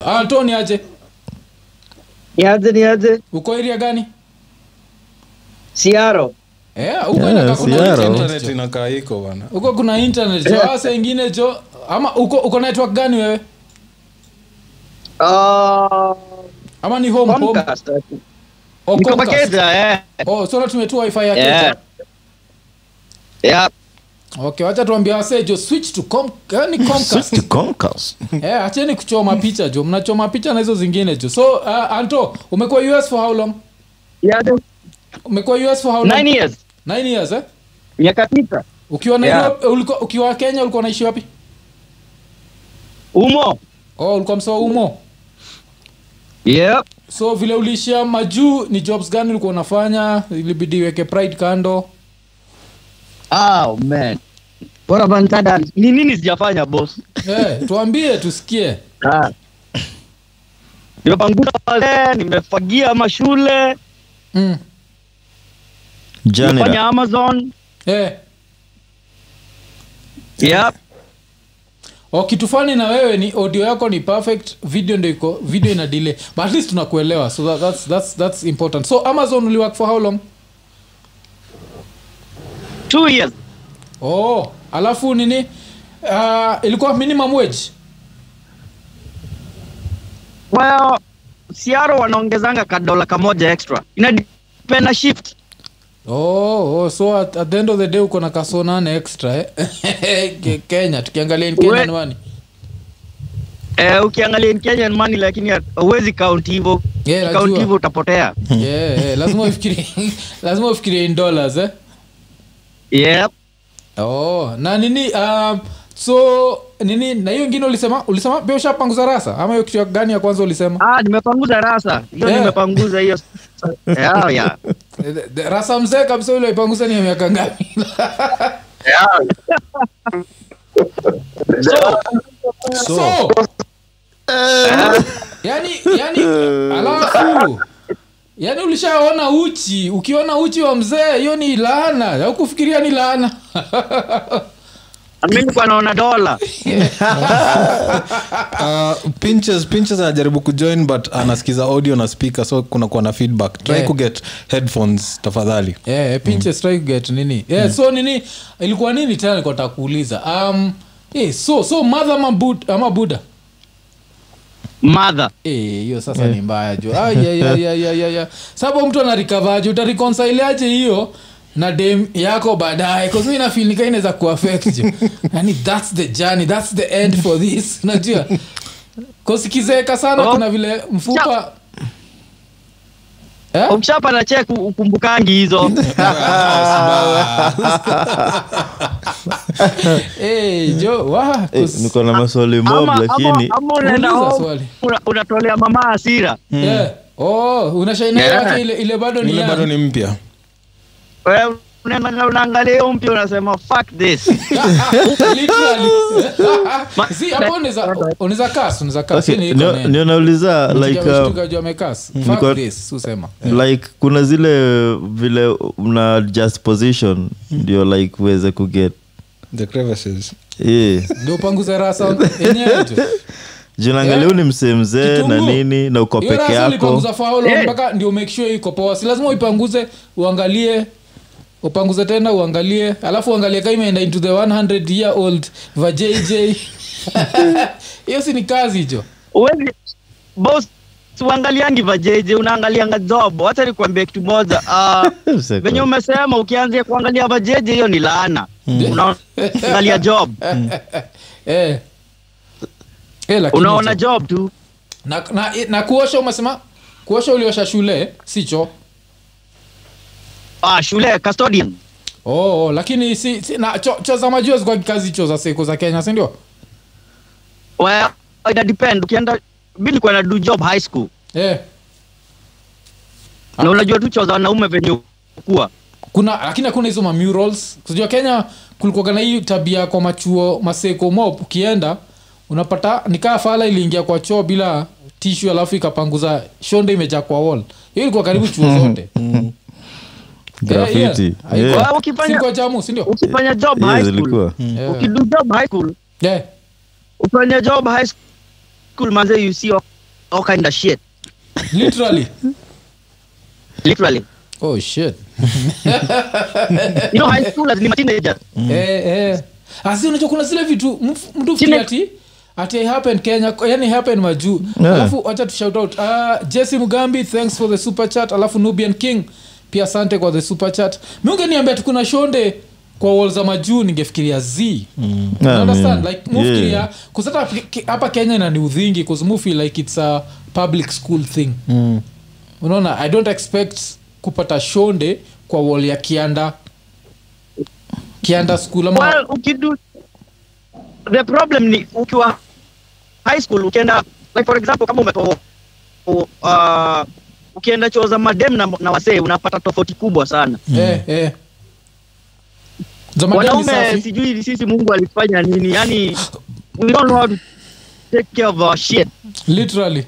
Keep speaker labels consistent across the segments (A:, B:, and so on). A: antoni Ah, aje
B: niaje niaje
A: uko area gani
B: siaro
A: Eh, huko
C: Yeah,
A: inakaa kuna
C: Siaro.
A: internet
D: internet
A: jo.
D: inakaa iko bana
A: huko kuna internet jo asa ingine jo ama uko uko network gani wewe
B: Ah,
A: ama ni home home
B: Comcast.
A: Oh,
B: Niko
A: Comcast.
B: Pakeza, eh.
A: oh so natumia tu wifi ya
B: Yeah.
A: yeah.
B: Yeah.
A: okay wacha tuambia wasee jo switch to com eh, ni
C: Switch
A: comcast
C: to Comcast.
A: eh acheni kuchoma picha jo mnachoma picha na hizo zingine jo so uh, anto umekuwa us for how long
B: Niaje.
A: umekuwa us for how long
B: Nine years.
A: Nine years eh
B: miaka sita
A: ukiwa
B: Yeah.
A: Nairobi, ulikuwa- ukiwa kenya ulikuwa naishi wapi
B: umo
A: oh ulikuwa msoa umo
B: yep.
A: so vile uliishia majuu ni jobs gani ulikuwa unafanya ilibidi weke pride kando
B: oh, man What have I done? ni nini sijafanya boss
A: eh tuambie tusikie
B: Ah. nimepanguza pale nimefagia mashule
A: mm.
C: Janitor.
B: nimefanya amazon
A: eh
B: yep.
A: o kitu fani na wewe ni audio yako ni perfect video ndio iko video ina delay but at least tunakuelewa so that, that's, that's, that's important so amazon uliwork for how long
B: two years
A: oh alafu nini uh, ilikuwa minimum wage
B: well siaro wanaongezanga kadola kamoja extra ina depend na shift
A: oh, oh so at, at the end of the day uko na kaso nane extra eh? Ke- kenya tukiangalia in
B: We-
A: kenya ni wani
B: eh, ukiangalia in kenyan money lakini huwezi kaunti hivyo
A: Yeah, najua.
B: kaunti hivyo utapotea
A: yeah, yeah. lazima ufikirie lazima ufikirie in dollars eh?
B: yep.
A: oh na nini um, so nini na hiyo ingine ulisema ulisema pia ushapanguza rasa ama hiyo kitu gani ya kwanza ulisema
B: ah, nimepanguza rasa hiyo
A: Yeah.
B: nimepanguza hiyo yeah, yeah.
A: Eh, the- the- rasa mzee kabisa ule ipanguza ni ya miaka ngapi
B: so
A: so eh, yani yani alafu yani ulishaona uchi ukiona uchi wa mzee hiyo ni laana haukufikiria ni laana
B: mimi nilikuwa naona dola
D: uh, pinches pinches anajaribu kujoin but anasikiza audio na speaker so kunakuwa na feedback try
A: Yeah.
D: kuget headphones tafadhali
A: yeah, pinche Eh, strike get nini yeah, so nini ilikuwa nini tena nilikuwa nataka kuuliza um, eh, so so mother ama, bud, ama buddha
B: mother
A: Eh, hiyo sasa ni mbaya jo Ah, ya, ya, ya, ya, ya, ya. sabo mtu anarikavaje utarikonsileaje hiyo na dem yako baadaye kasu inafilika inaweza kuaffect jo yani thats the journey thats the end for this unajua kosikizeeka sana
B: Oh.
A: kuna vile mfupa eh?
C: Oh.
B: ukishapa na check ukumbukangi hizo
A: Eh, jo wa,
C: Eh,
A: kus-
C: niko na maswali mob
B: ama,
C: lakini
B: ama, ama unaenda
A: Uliza
B: home,
A: swali.
B: una- unatolea mama hasira
C: Hmm.
A: Yeah. Oh, una shine
B: Yeah.
A: yake ile, ile bado ni
D: ile
A: yake.
D: bado ni mpya
B: Wewe unaenda- unaangalia hiyo mpya unasema fuck this
A: Literally. See, hapo unaweza unaweza curse, unaweza curse.
C: Okay,
A: Hii ni
C: ndio-
A: iko neno.
C: ndio nauliza like
A: Ukija
C: uh,
A: mshtuka juu amecurse. Fuck
C: niko-
A: this, usema.
C: like kuna zile vile mna just position ndio like uweze eh. kuget
D: the crevices
C: yeah.
A: Ndio upanguze rasa yenyewe tu.
C: jinaangalia ni msee mzee Eh, na
A: Eh? Kitunguu.
C: nini na uko
A: Hiyo
C: peke
A: rasa
C: yako
A: ulipanguza for how long
B: Yeah.
A: mpaka ndio make sure iko poa. Si lazima uipanguze uangalie upanguze tena uangalie alafu uangalie kama imeenda into the 100 year old va JJ. Hiyo si ni kazi jo.
B: Uwezi- boss uangaliangi vajeje unaangalianga job wacha nikuambia kitu moja Ah,
C: Mseko.
B: venye umesema ukianzia kuangalia vajeje hiyo ni laana
C: Hmm.
B: unaangalia job
C: Mm.
A: Eh. Eh, lakini
B: unaona
A: jo.
B: job tu
A: na, na, na kuosha umesema kuosha uliosha shule sicho
B: ah, shule custodian
A: oh, oh, lakini si, si, na cho, cho za majua zikuwa kazi cho za siku za kenya sindio
B: well, ina depend ukienda mi nilikuwa na do job high school
A: eh,
C: Ah.
B: na unajua tu choo za wanaume venye kuwa
A: kuna lakini hakuna hizo mamurals sijua kenya kulikuwaga na hii tabia kwa machuo maseko mop ukienda unapata nikaa fala iliingia kwa choo bila tishu alafu ikapanguza shonde imejaa kwa wall hiyo ilikuwa karibu chuo zote
C: Graffiti.
A: Eh, yeah.
C: Yeah.
B: Well, ukifanya
A: Sikuwa jamu sindio
B: ukifanya job
C: Eh, hiyo
B: high school
C: zilikuwa Hmm.
A: Yeah.
B: ukidu job high school
A: yeah.
B: ukifanya job high school manze you see all kind of shit
A: literally
B: literally
A: oh shit
B: you know high schoolers ni mateenagers
C: Mm.
A: Eh, eh. asi unajua kuna zile vitu mf- mtu fikiri ati ati happen kenya yani happen majuu
C: Yeah.
A: alafu wacha tu shout out ah, jesse mugambi thanks for the super chat alafu nubian king pia asante kwa the super chat mi ungeniambia tu kuna shonde kwa wall za majuu ningefikiria z mm.
C: Yeah,
A: understand
C: man.
A: like mufikiria
C: Yeah.
A: kusata hapa kenya inani udhingi cause mu feel like it's a public school thing mm. unaona i don't expect kupata shonde kwa wall ya kianda kianda school ama
B: well ukidu the problem ni ukiwa high school ukienda like for example kama umetoa uh, ukienda choo za madem na, na wasee unapata tofauti kubwa sana
A: eh, eh. Za madam ni
B: wanaume
A: safi.
B: sijui sisi mungu alifanya nini yani we don't know how to take care of our shit
A: Literally.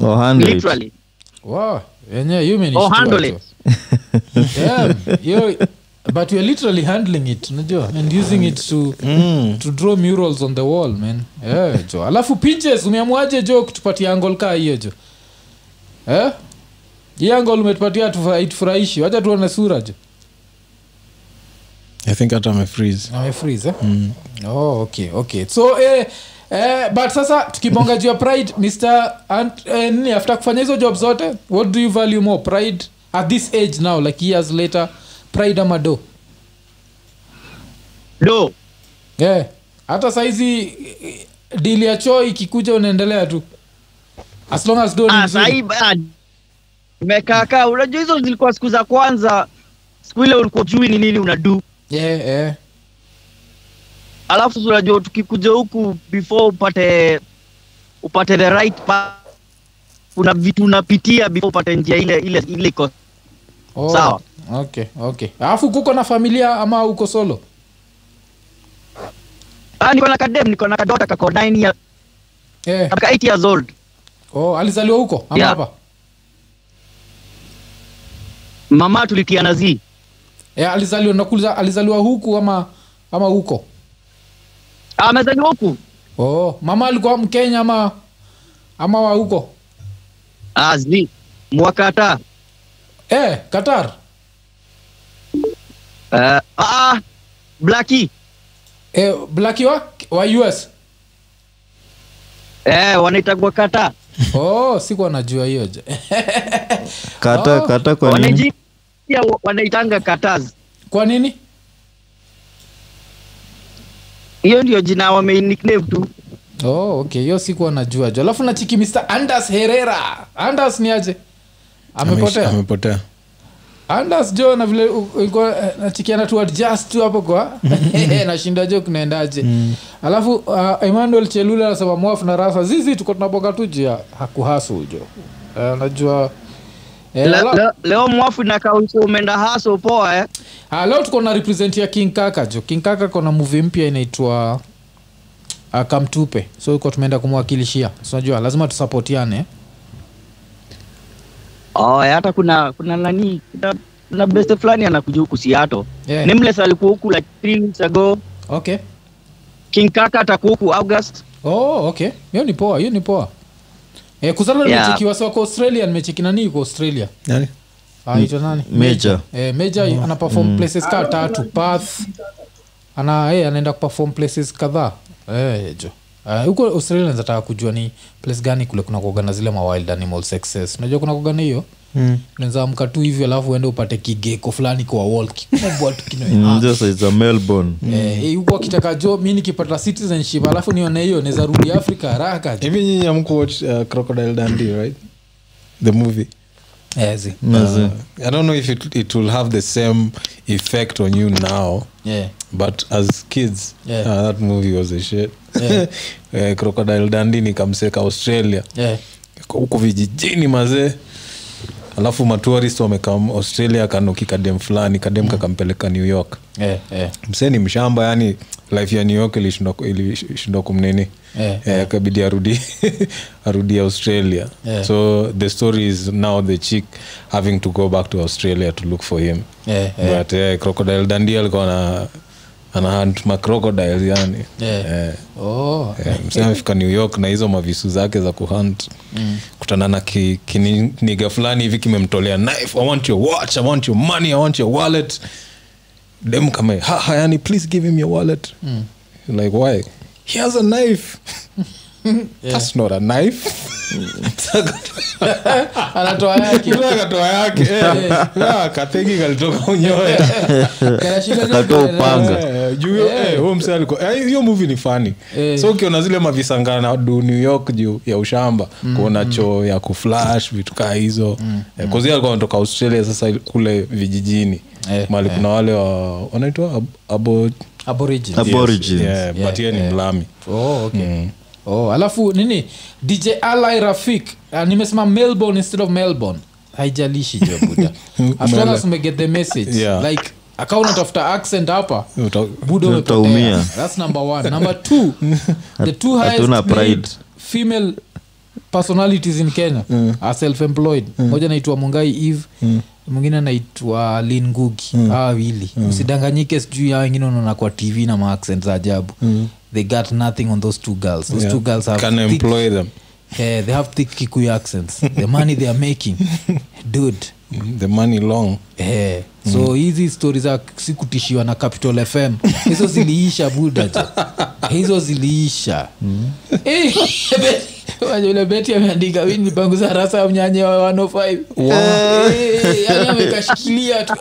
C: Or handle it.
B: literally
A: Wow. Yenyewe, hiyo imenishtua
B: Or Oh, handle
A: tu.
B: it.
A: Damn, hiyo- but you're literally handling it unajua and using it to, to draw murals on the wall man Mm. yeah, jo alafu pinches umeamwaje jo kutupatia angol kaa hiyo jo eh? hii angol umetupatia itufurahishi wacha tuone sura jo
D: i think hata amefreeze
A: amefreeze eh? oh, okay okay so eh, eh, but sasa tukibonga juu ya pride mr Ant, eh, nini after kufanya hizo job zote what do you value more pride at this age now like years later pride ama do
B: do
A: yeah. hata saizi eh, dili ya choo ikikuja unaendelea tu as long as do ni
B: Ah,
A: nzuri.
B: sahi bad mekaakaa unajua hizo zilikuwa siku za kwanza siku ile ulikuwa jui ni nini unadu
A: yeah, yeah.
B: alafu sasa unajua tukikuja huku before upate upate the right path, kuna vitu unapitia before upate njia ile ile ile iko
A: Oh,
B: Sawa.
A: okay okay alafu kuko na familia ama uko solo
B: ah niko na kadem niko na kadota kako 9 years
A: yeah.
B: kako 8 years old
A: oh, alizaliwa huko ama
B: Yeah.
A: hapa
B: mama tulitiana zi
A: yeah, Eh, alizaliwa nakuuliza alizaliwa huku ama ama huko
B: Ah, amezaliwa huku
A: oh, mama alikuwa mkenya ama ama wa huko
B: ah zi mwakata
A: eh, qatar
B: uh, ah blaki
A: eh, blaki wa, wa us
B: eh wanaitagwa kata
A: oh, sikuwa najua hiyo je.
C: kata
A: Oh.
C: kata kwa nini
B: wanaiji pia wanaitanga kataz
A: kwa nini
B: hiyo ndio jina wameinikname tu
A: oh, okay hiyo sikuwa najua jo alafu nachiki mr andas herera andas ni aje
D: Ameish-
A: amepotea
D: amepotea
A: andas jo na vile u- ulikuwa, eh, nachikiana tu adjust tu hapo kwa nashinda jo kunaendaje alafu uh, emmanuel chelule anasema mwafu na rasa zizi tuko tunabonga tu juu ya hakuhasu jo Eh, najua Eh,
B: Le-
A: ala-
B: le- leo mwafu na kauso umeenda haso poa eh
A: Ah, leo tuko na represent ya king kaka jo king kaka kona muvi mpya inaitwa uh, kamtupe so iko tumeenda kumwakilishia So unajua lazima tusapotiane
B: Oh, eh, hata kuna kuna nani kuna, kuna beste fulani anakuja huku Seattle.
A: Yeah.
B: Nameless alikuwa huku like three weeks ago.
A: okay
B: King Kaka atakuwa huku August.
A: oh, okay hiyo ni poa hiyo ni poa eh, kuzala
B: Yeah.
A: nimecheki wasi wako australia nimecheki nani yuko australia
D: yani
A: aitwa Ah, nani
C: Major. Mm.
A: eh, major ana perform places kaa tatu path ana eh, anaenda kuperform places kadhaa eh, jo Eh, huko australia nazataka kujua ni place gani kule kuna kuogana zile ma wild animal sexes unajua kuna kuogana hiyo mm. nazaamka tu hivyo alafu uende upate kigeko fulani kwa wall kikubwa tu kinawe
C: Mm, ndio saizi za melbourne
A: Eh, eh, huko akitaka jo mi nikipata citizenship alafu nione hiyo naweza rudi afrika haraka
C: Mm.
A: jo.
D: hivi nyinyi amkuwatch uh, crocodile dandi right the movie
A: Eh, zi.
D: uh, i don't know if it, it will have the same effect on you now
A: Yeah.
D: but as kids
A: Yeah.
D: uh, that movie was a shit
A: Yeah.
D: Eh, crocodile dandi nikamseka australia
A: Eh,
D: huko vijijini mazee alafu matourist wamekam australia akanuki kadem fulani kadem
A: Mm.
D: kakampeleka new york
A: eh, eh.
D: msee ni mshamba yani life ya new york ilishindwa ilishindwa kumnini
A: Eh,
D: Eh, akabidi arudi arudi australia
A: Eh.
D: so the story is now the chick having to go back to australia to look for him
A: Eh,
D: but eh, crocodile dandi alikuwa na anahunt macrocodiles yani
A: Yeah.
D: Eh,
A: oh.
D: eh, msee amefika new york na hizo mavisu zake za kuhunt kutana na ki- kiniga fulani hivi kimemtolea knife i want your watch i want your money i want your wallet dem kama haha yani please give him your wallet like why he has a knife that's not a knife
A: ah, anatoa yake
D: Yule akatoa yake eh, na kategi kalitoka unyoya
A: Kanashika tu
C: Akatoa
A: mbele.
C: upanga.
D: Eh, juu hiyo- eh, huyo msee alikuwa- eh, hiyo movie ni fani
A: Eh.
D: so ukiona zile mavisangana du new york juu ya ushamba
A: Mm,
D: kuona choo ya kuflash vitu kaa hizo Eh, 'cause yeye alikuwa anatoka australia sasa kule vijijini
A: Eh,
D: mali kuna wale wa wanaitwa ab- abo Mm.
A: Aborigines.
C: Aborigines.
D: Yeah,
A: Yeah,
D: but yeye ni
A: yeah.
D: mlami
A: Oh, okay. oh, alafu nini dj ali rafik uh, nimesema melbourne instead of melbourne haijalishi jobuda after
D: Umeelewa.
A: us umeget the message
D: Yeah.
A: like akawa unatafuta accent hapa
D: Uta-
A: buda
C: Utaumia.
A: umepotea. that's number one number two the two highest
C: hatuna pride.
A: paid female personalities in kenya are self-employed moja anaitwa mungai eve mwingine anaitwa lin ngugi mm. hawa wili usidanganyike sijui hawa wengine unaona kwa tv na maaccent za ajabu they got nothing on those two girls those
D: yeah.
A: two girls have
D: Can
A: thick,
D: employ them
A: eh, they have thick kikuyu accents the money they are making dude
D: the money long
A: Eh,
D: Mm.
A: so hizi stori za sikutishiwa na capital fm hizo ziliisha buda jo. hizo ziliisha
D: Mm.
A: Eh, Beti- ule beti ameandika "Mimi nilipanguza rasa ya mnyanya wa 105 Eh, yani amekashikilia tu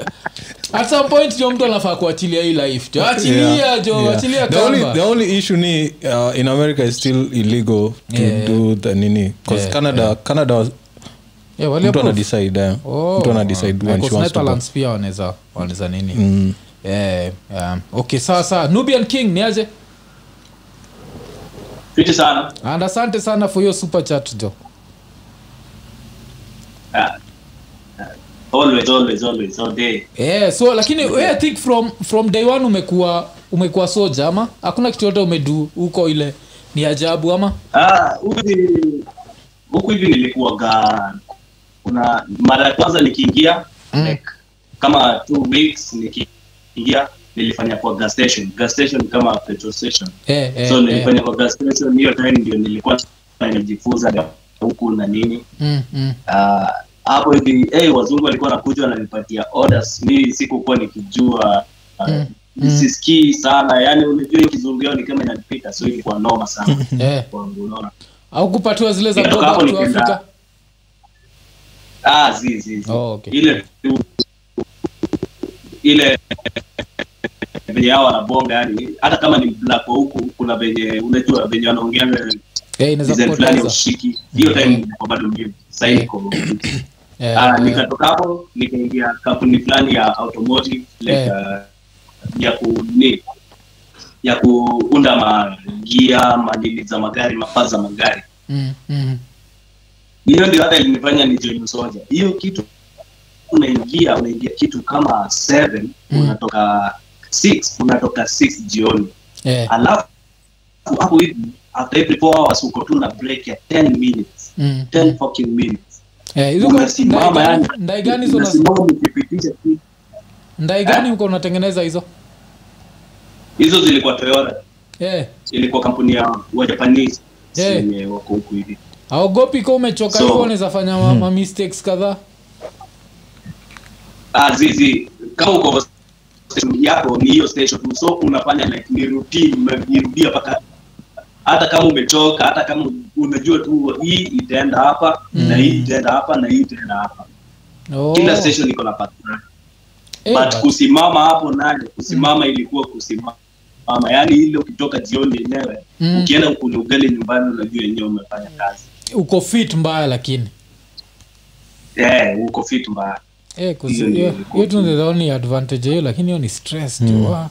A: at some point jo mtu anafaa kuachilia hii life jo achilia
D: Yeah,
A: jo
D: yeah.
A: achilia
D: The only- the
A: kamba
D: only issue ni uh, in america is still illegal to
A: Yeah, yeah.
D: do the nini 'Cause
A: Yeah,
D: canada canada was-
A: Yeah, wale
D: mtu
A: approve.
D: anadecide eh.
A: Oh,
D: mtu anadecide when
A: because
D: she wants to go. Mm.
A: Netherlands pia wanaweza wanaweza nini Eh, um, okay sawa sawa nubian king ni aje
E: fiti sana
A: and asante sana for your super chat jo
E: Ah, ah, always always always all day
A: yeah, Eh, so lakini we i think from from day one umekuwa umekuwa soja ama hakuna kitu yote umedu huko ile ni ajabu ama
E: Ah, huku ni- huku hivi nilikuwaga kuna mara ya kwanza nikiingia
A: Mm.
E: like, kama two weeks nikiingia nilifanya kwa gas station gas station kama petrol station
A: eh, eh,
E: so
A: eh.
E: nilifanya kwa gas station hiyo time ndio nilikuwa nimejifunza na huku na nini
A: Mm, mm.
E: Ah, hapo hivi hey, wazungu walikuwa nakuja wananipatia orders mi sikukuwa nikijua ah,
A: Mm,
E: sisikii sana yani unajua hiyo kizungu yao ni kama inanipita so ilikuwa noma sana
A: Eh.
E: kwangu unaona
A: au kupatiwa zile za
E: Nikitoka
A: kutoka
E: Mhm. hapo
A: tu
E: nikaenda-
A: afrika
E: ah zi zi zi
A: Oh, okay.
E: ile tu- ile venye hao wanabonga yani hata kama ni black wa huku kuna venye unajua venye wanaongea
A: Eh, inaweza
E: design fulani ya
A: kupoteza Mm-hmm.
E: ushiki hiyo time ilikuwa bado mimi sasa iko
A: Eh,
E: Ah,
A: eh,
E: nikatoka hapo nikaingia kampuni fulani ya automotive like,
A: Eh.
E: uh, ya ku ni- ya kuunda magia madini za magari mapaa za magari
A: mm, mm.
E: hiyo ndio hata ilinifanya nijoin soja hiyo kitu unaingia unaingia kitu kama 7
A: Hmm.
E: unatoka 6 unatoka 6 jioni
A: Eh,
E: alafu hapo hivi after every 4 hours uko tu na break ya 10 minutes
A: mm.
E: 10 fucking minutes
A: Eh, hizo kwa-
E: unasimama
A: ndai
E: yani
A: gani- ndai gani hizo una-
E: unasimama ukipitisha kitu
A: ndai gani huko unatengeneza hizo
E: hizo zilikuwa toyota
A: Eh,
E: ilikuwa kampuni ya wajapanese
A: Yeah.
E: wenye wako huku hivi
A: haogopi ko umechoka
E: So- Hmm.
A: hivyo unaweza fanya ma- ma mistakes kadhaa
E: ah, zizi kama uko station yako ni hiyo station tu so unafanya like ni routine unajirudia mpaka hata kama umechoka hata kama unajua tu hii itaenda hapa na hii itaenda hapa na hii itaenda hapa
A: Mm. Oh.
E: kila station iko na patrol
A: Eh,
E: but
A: but- Mm.
E: kusimama hapo naye kusimama ilikuwa kusimama yaani ile ukitoka jioni yenyewe
A: Mm.
E: ukienda ukule ugali nyumbani unajua yenyewe umefanya kazi
A: uko fit mbaya lakini
E: Eh, uko fit mbaya
A: Eh, kuzi-
E: Hiyo ndio
A: hiyo
E: ilikuwa
A: hiyo tu ndio the only advantage ya hiyo lakini hiyo ni stress tu, ah.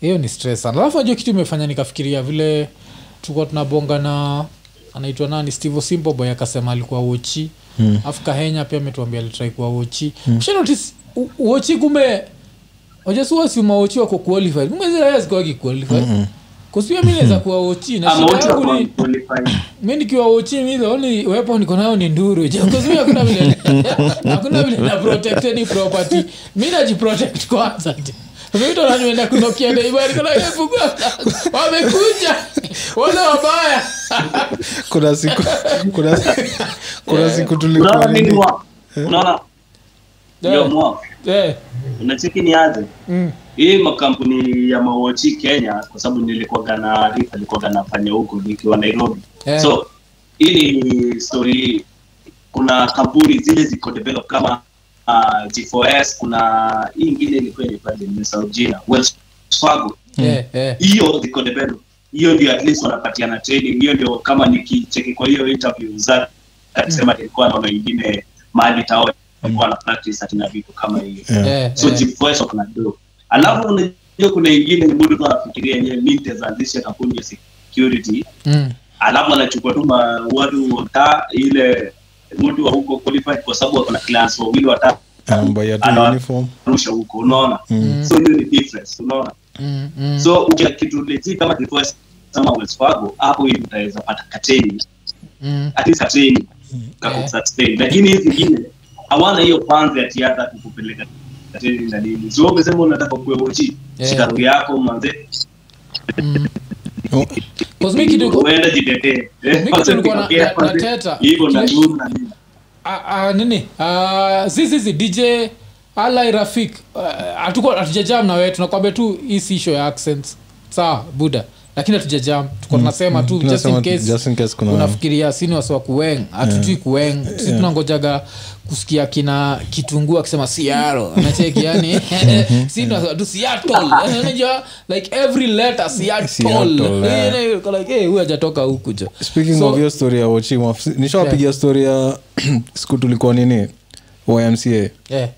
A: hiyo ni stress sana alafu najua kitu imefanya nikafikiria vile tulikuwa tunabonga na anaitwa nani steve simboboy akasema alikuwa wochi alafu kahenya pia ametuambia alitrai kuwa wochi mshanotis wochi kumbe wajasuwasiumawochi wako qualified kumbeziaasikuwaki qualified kusiwa mi naweza kuwa wochi
E: Ah,
A: na shida
E: amauti
A: yangu
E: wakuwa
A: ni
E: qualified
A: mi nikiwa uchini oni wepo niko nayo ni nduru jekuzui hakuna vile hakuna vile na protect any property mi najiprotect kwanza vitonanyenda kunokia deibarikanaepuka wamekuja wale wabaya
D: kuna siku kuna, kuna siku tulikuwa
E: unaona nini
D: nini
E: mwa unaona ndio mwa
A: Eh,
E: unacheki niaje
A: mm,
E: hii makampuni ya mawochi kenya kwa sababu nilikuwaga na arifa alikuwaga nafanya huko nikiwa nairobi
A: Eh.
E: so hii ni story kuna kampuni zile ziko develop kama uh, g4s kuna hii ingine ilikuwa ilipale nimesahau jina Wells Fargo
A: eh, eh.
E: hiyo ziko develop hiyo ndio at least wanapatiana training hiyo ndio kama nikicheki kwa hiyo interview za alisema alikuwa anaona ingine mahali taona alikuwa ana practice atina vitu kama hiyo
A: Eh,
E: so
A: eh.
E: jifuaisha kuna do alafu unajua kuna ingine mtu tu anafikiria yenyewe mi nitaanzisha kampuni ya security
A: Mm,
E: alafu anachukua tu ma- watu wataa ile mtu wa huko qualified kwa sababu akona clients wawili watatu
D: mambo ya tu
E: Ana-
D: Eh, uniform
E: rusha huko unaona
D: Mm.
E: so hiyo ni difference unaona
A: mm, mm.
E: so ukia kitu legit kama reverse kama Wells Fargo hapo hivi utaweza pata kateni
A: Mm.
E: at least kateni kako
A: Yeah.
E: sustain lakini hizi zingine hawana hiyo panzi ati hata kukupeleka kateni na nini so umesema unataka kuwe uchi
A: Yeah.
E: shika roho yako manze
D: Oh,
A: Cause mi kitu-
E: uende jitetee Eh,
A: Mimi kitu nilikuwa na-
E: ongea
A: na-
E: manze.
A: nateta.
E: hivyo na
A: Kile-
E: nini na nini
A: Ah, ah, nini Ah, si si si dj alai rafik Ah, hatuko hatujajam na wewe tunakwambia tu hii si show ya accents sawa buda lakini hatujajam tuko tunasema tu just in
D: Mm, tunasema tu,
A: case
D: just in case kuna-
A: unafikiria sini wasiwa kueng hatutui kueng si tunangojaga kusikia kina kitunguu akisema siaro anacheki yani
D: Mm-hmm.
A: sinatu siatol Yaani unajua like every letter siatol Yaani,
D: Siatol, eh.
A: like hey, huyu ajatoka huku jo
D: speaking
A: So-
D: of hiyo story ya wochi nishawapigia story ya siku tulikuwa nini ymca
A: eh,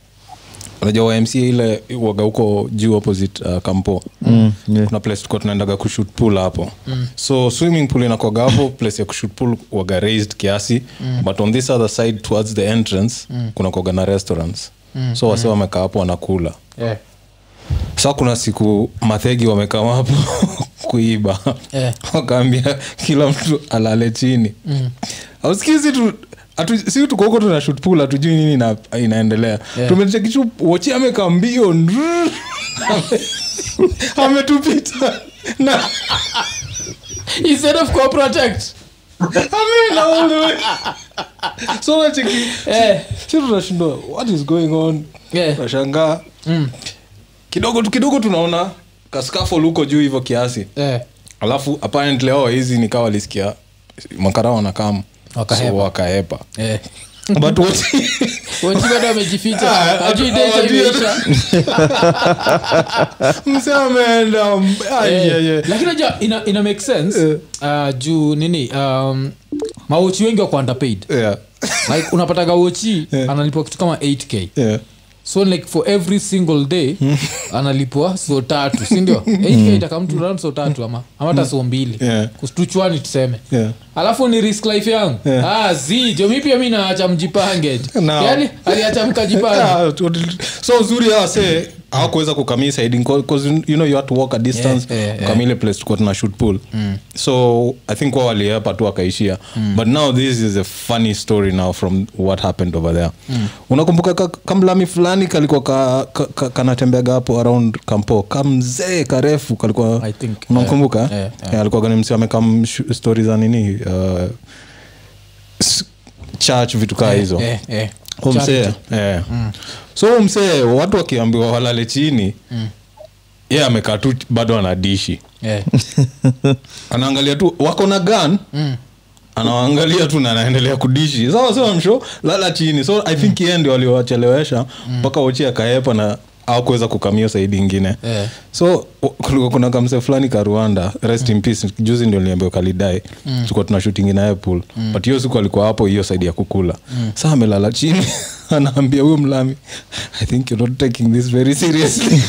D: unajua ymca ile waga huko juu opposite uh, kampo
C: Mm.
D: kuna place tulikuwa tunaendaga kushoot pool hapo
A: Mm.
D: so swimming pool inakwaga hapo place ya kushoot pool waga raised kiasi
A: Mm.
D: but on this other side towards the entrance kuna kwaga na restaurants
A: Mm.
D: so wase wamekaa hapo wanakula
A: eh,
D: sa kuna siku mathegi wamekama hapo kuiba
A: Eh.
D: wakaambia kila mtu alale chini mm. ausikizi tu atu, si tuko huko tuna shoot pool hatujui nini ina, inaendelea
A: Yeah.
D: yeah. tumechekichu wochi amekaa mbio ndrrr. ametupita na
A: instead of co-protect
D: ameenda all the way so nacheki
A: eh,
D: si tunashindwa what is going on
A: Yeah. Mm.
D: tunashangaa kidogo tu kidogo tunaona kaskafol huko juu hivyo kiasi
A: eh.
D: alafu apparently hao hizi nikawa walisikia makara wanakam
A: Wakahepa.
D: so wakahepa
A: Eh.
D: but wote-
A: Wote bado wamejificha
D: Ah,
A: Hajui date
D: hawajui hata-
A: imeisha. Eh.
D: msee ameenda mb- Ai,
A: Eh,
D: ye, ye.
A: lakini najua ina, ina make sense
D: Eh.
A: uh, juu nini um, mawochi wengi wako underpaid
D: Yeah,
A: like unapataga wochi
D: Eh.
A: analipwa kitu kama 8k
D: yeah.
A: so like for every single day analipwa so tatu sindio 8k itakamtu so tatu ama ama hata so mbili
D: Mm. Yeah.
A: kustuchwani tuseme
D: Yeah.
A: alafu ni risk life yangu
D: Eh.
A: yeah. ah, zi jo mi pia mi naacha mjipange Yaani,
D: No.
A: yani aliacha mkajipange
D: Ah, tu- tu- so uzuri awase hawakuweza kukamii siding because you know you have to walk a distance
A: Yeah, yeah, Mm. yeah.
D: kukamile place tukuwa tuna shoot pool so i think wa waliepa tu akaishia
A: Mm.
D: but now this is a funny story now from what happened over there
A: Mm.
D: unakumbuka ka, kamlami fulani kalikuwa ka, ka, ka, kanatembeaga hapo around kampo kamzee karefu kalikuwa
A: I think,
D: unakumbuka
A: yeah, yeah, yeah.
D: alikuwa gani msi amekam shu- story za nini uh, s- church vitu kaa hizo
A: Eh, eh.
D: Huyu msee eh. so huyu msee watu wakiambiwa walale chini mm. ye amekaa tu bado anadishi
A: Eh.
D: anaangalia tu wako na gan mm anawaangalia tu na anaendelea kudishi sawa sawa msho lala chini so i think yeye ndio aliwachelewesha mpaka wochi akaepa na akuweza kukamia saidi ingine
A: Eh.
D: so u- kulikuwa kuna kamse fulani ka rwanda rest in peace juzi ndio niambiwa kalidai mm. tulikuwa tuna shooting naye pool but hiyo siku alikuwa hapo hiyo saidi ya kukula saa amelala chini anaambia huyo mlami i think you're not taking this very seriously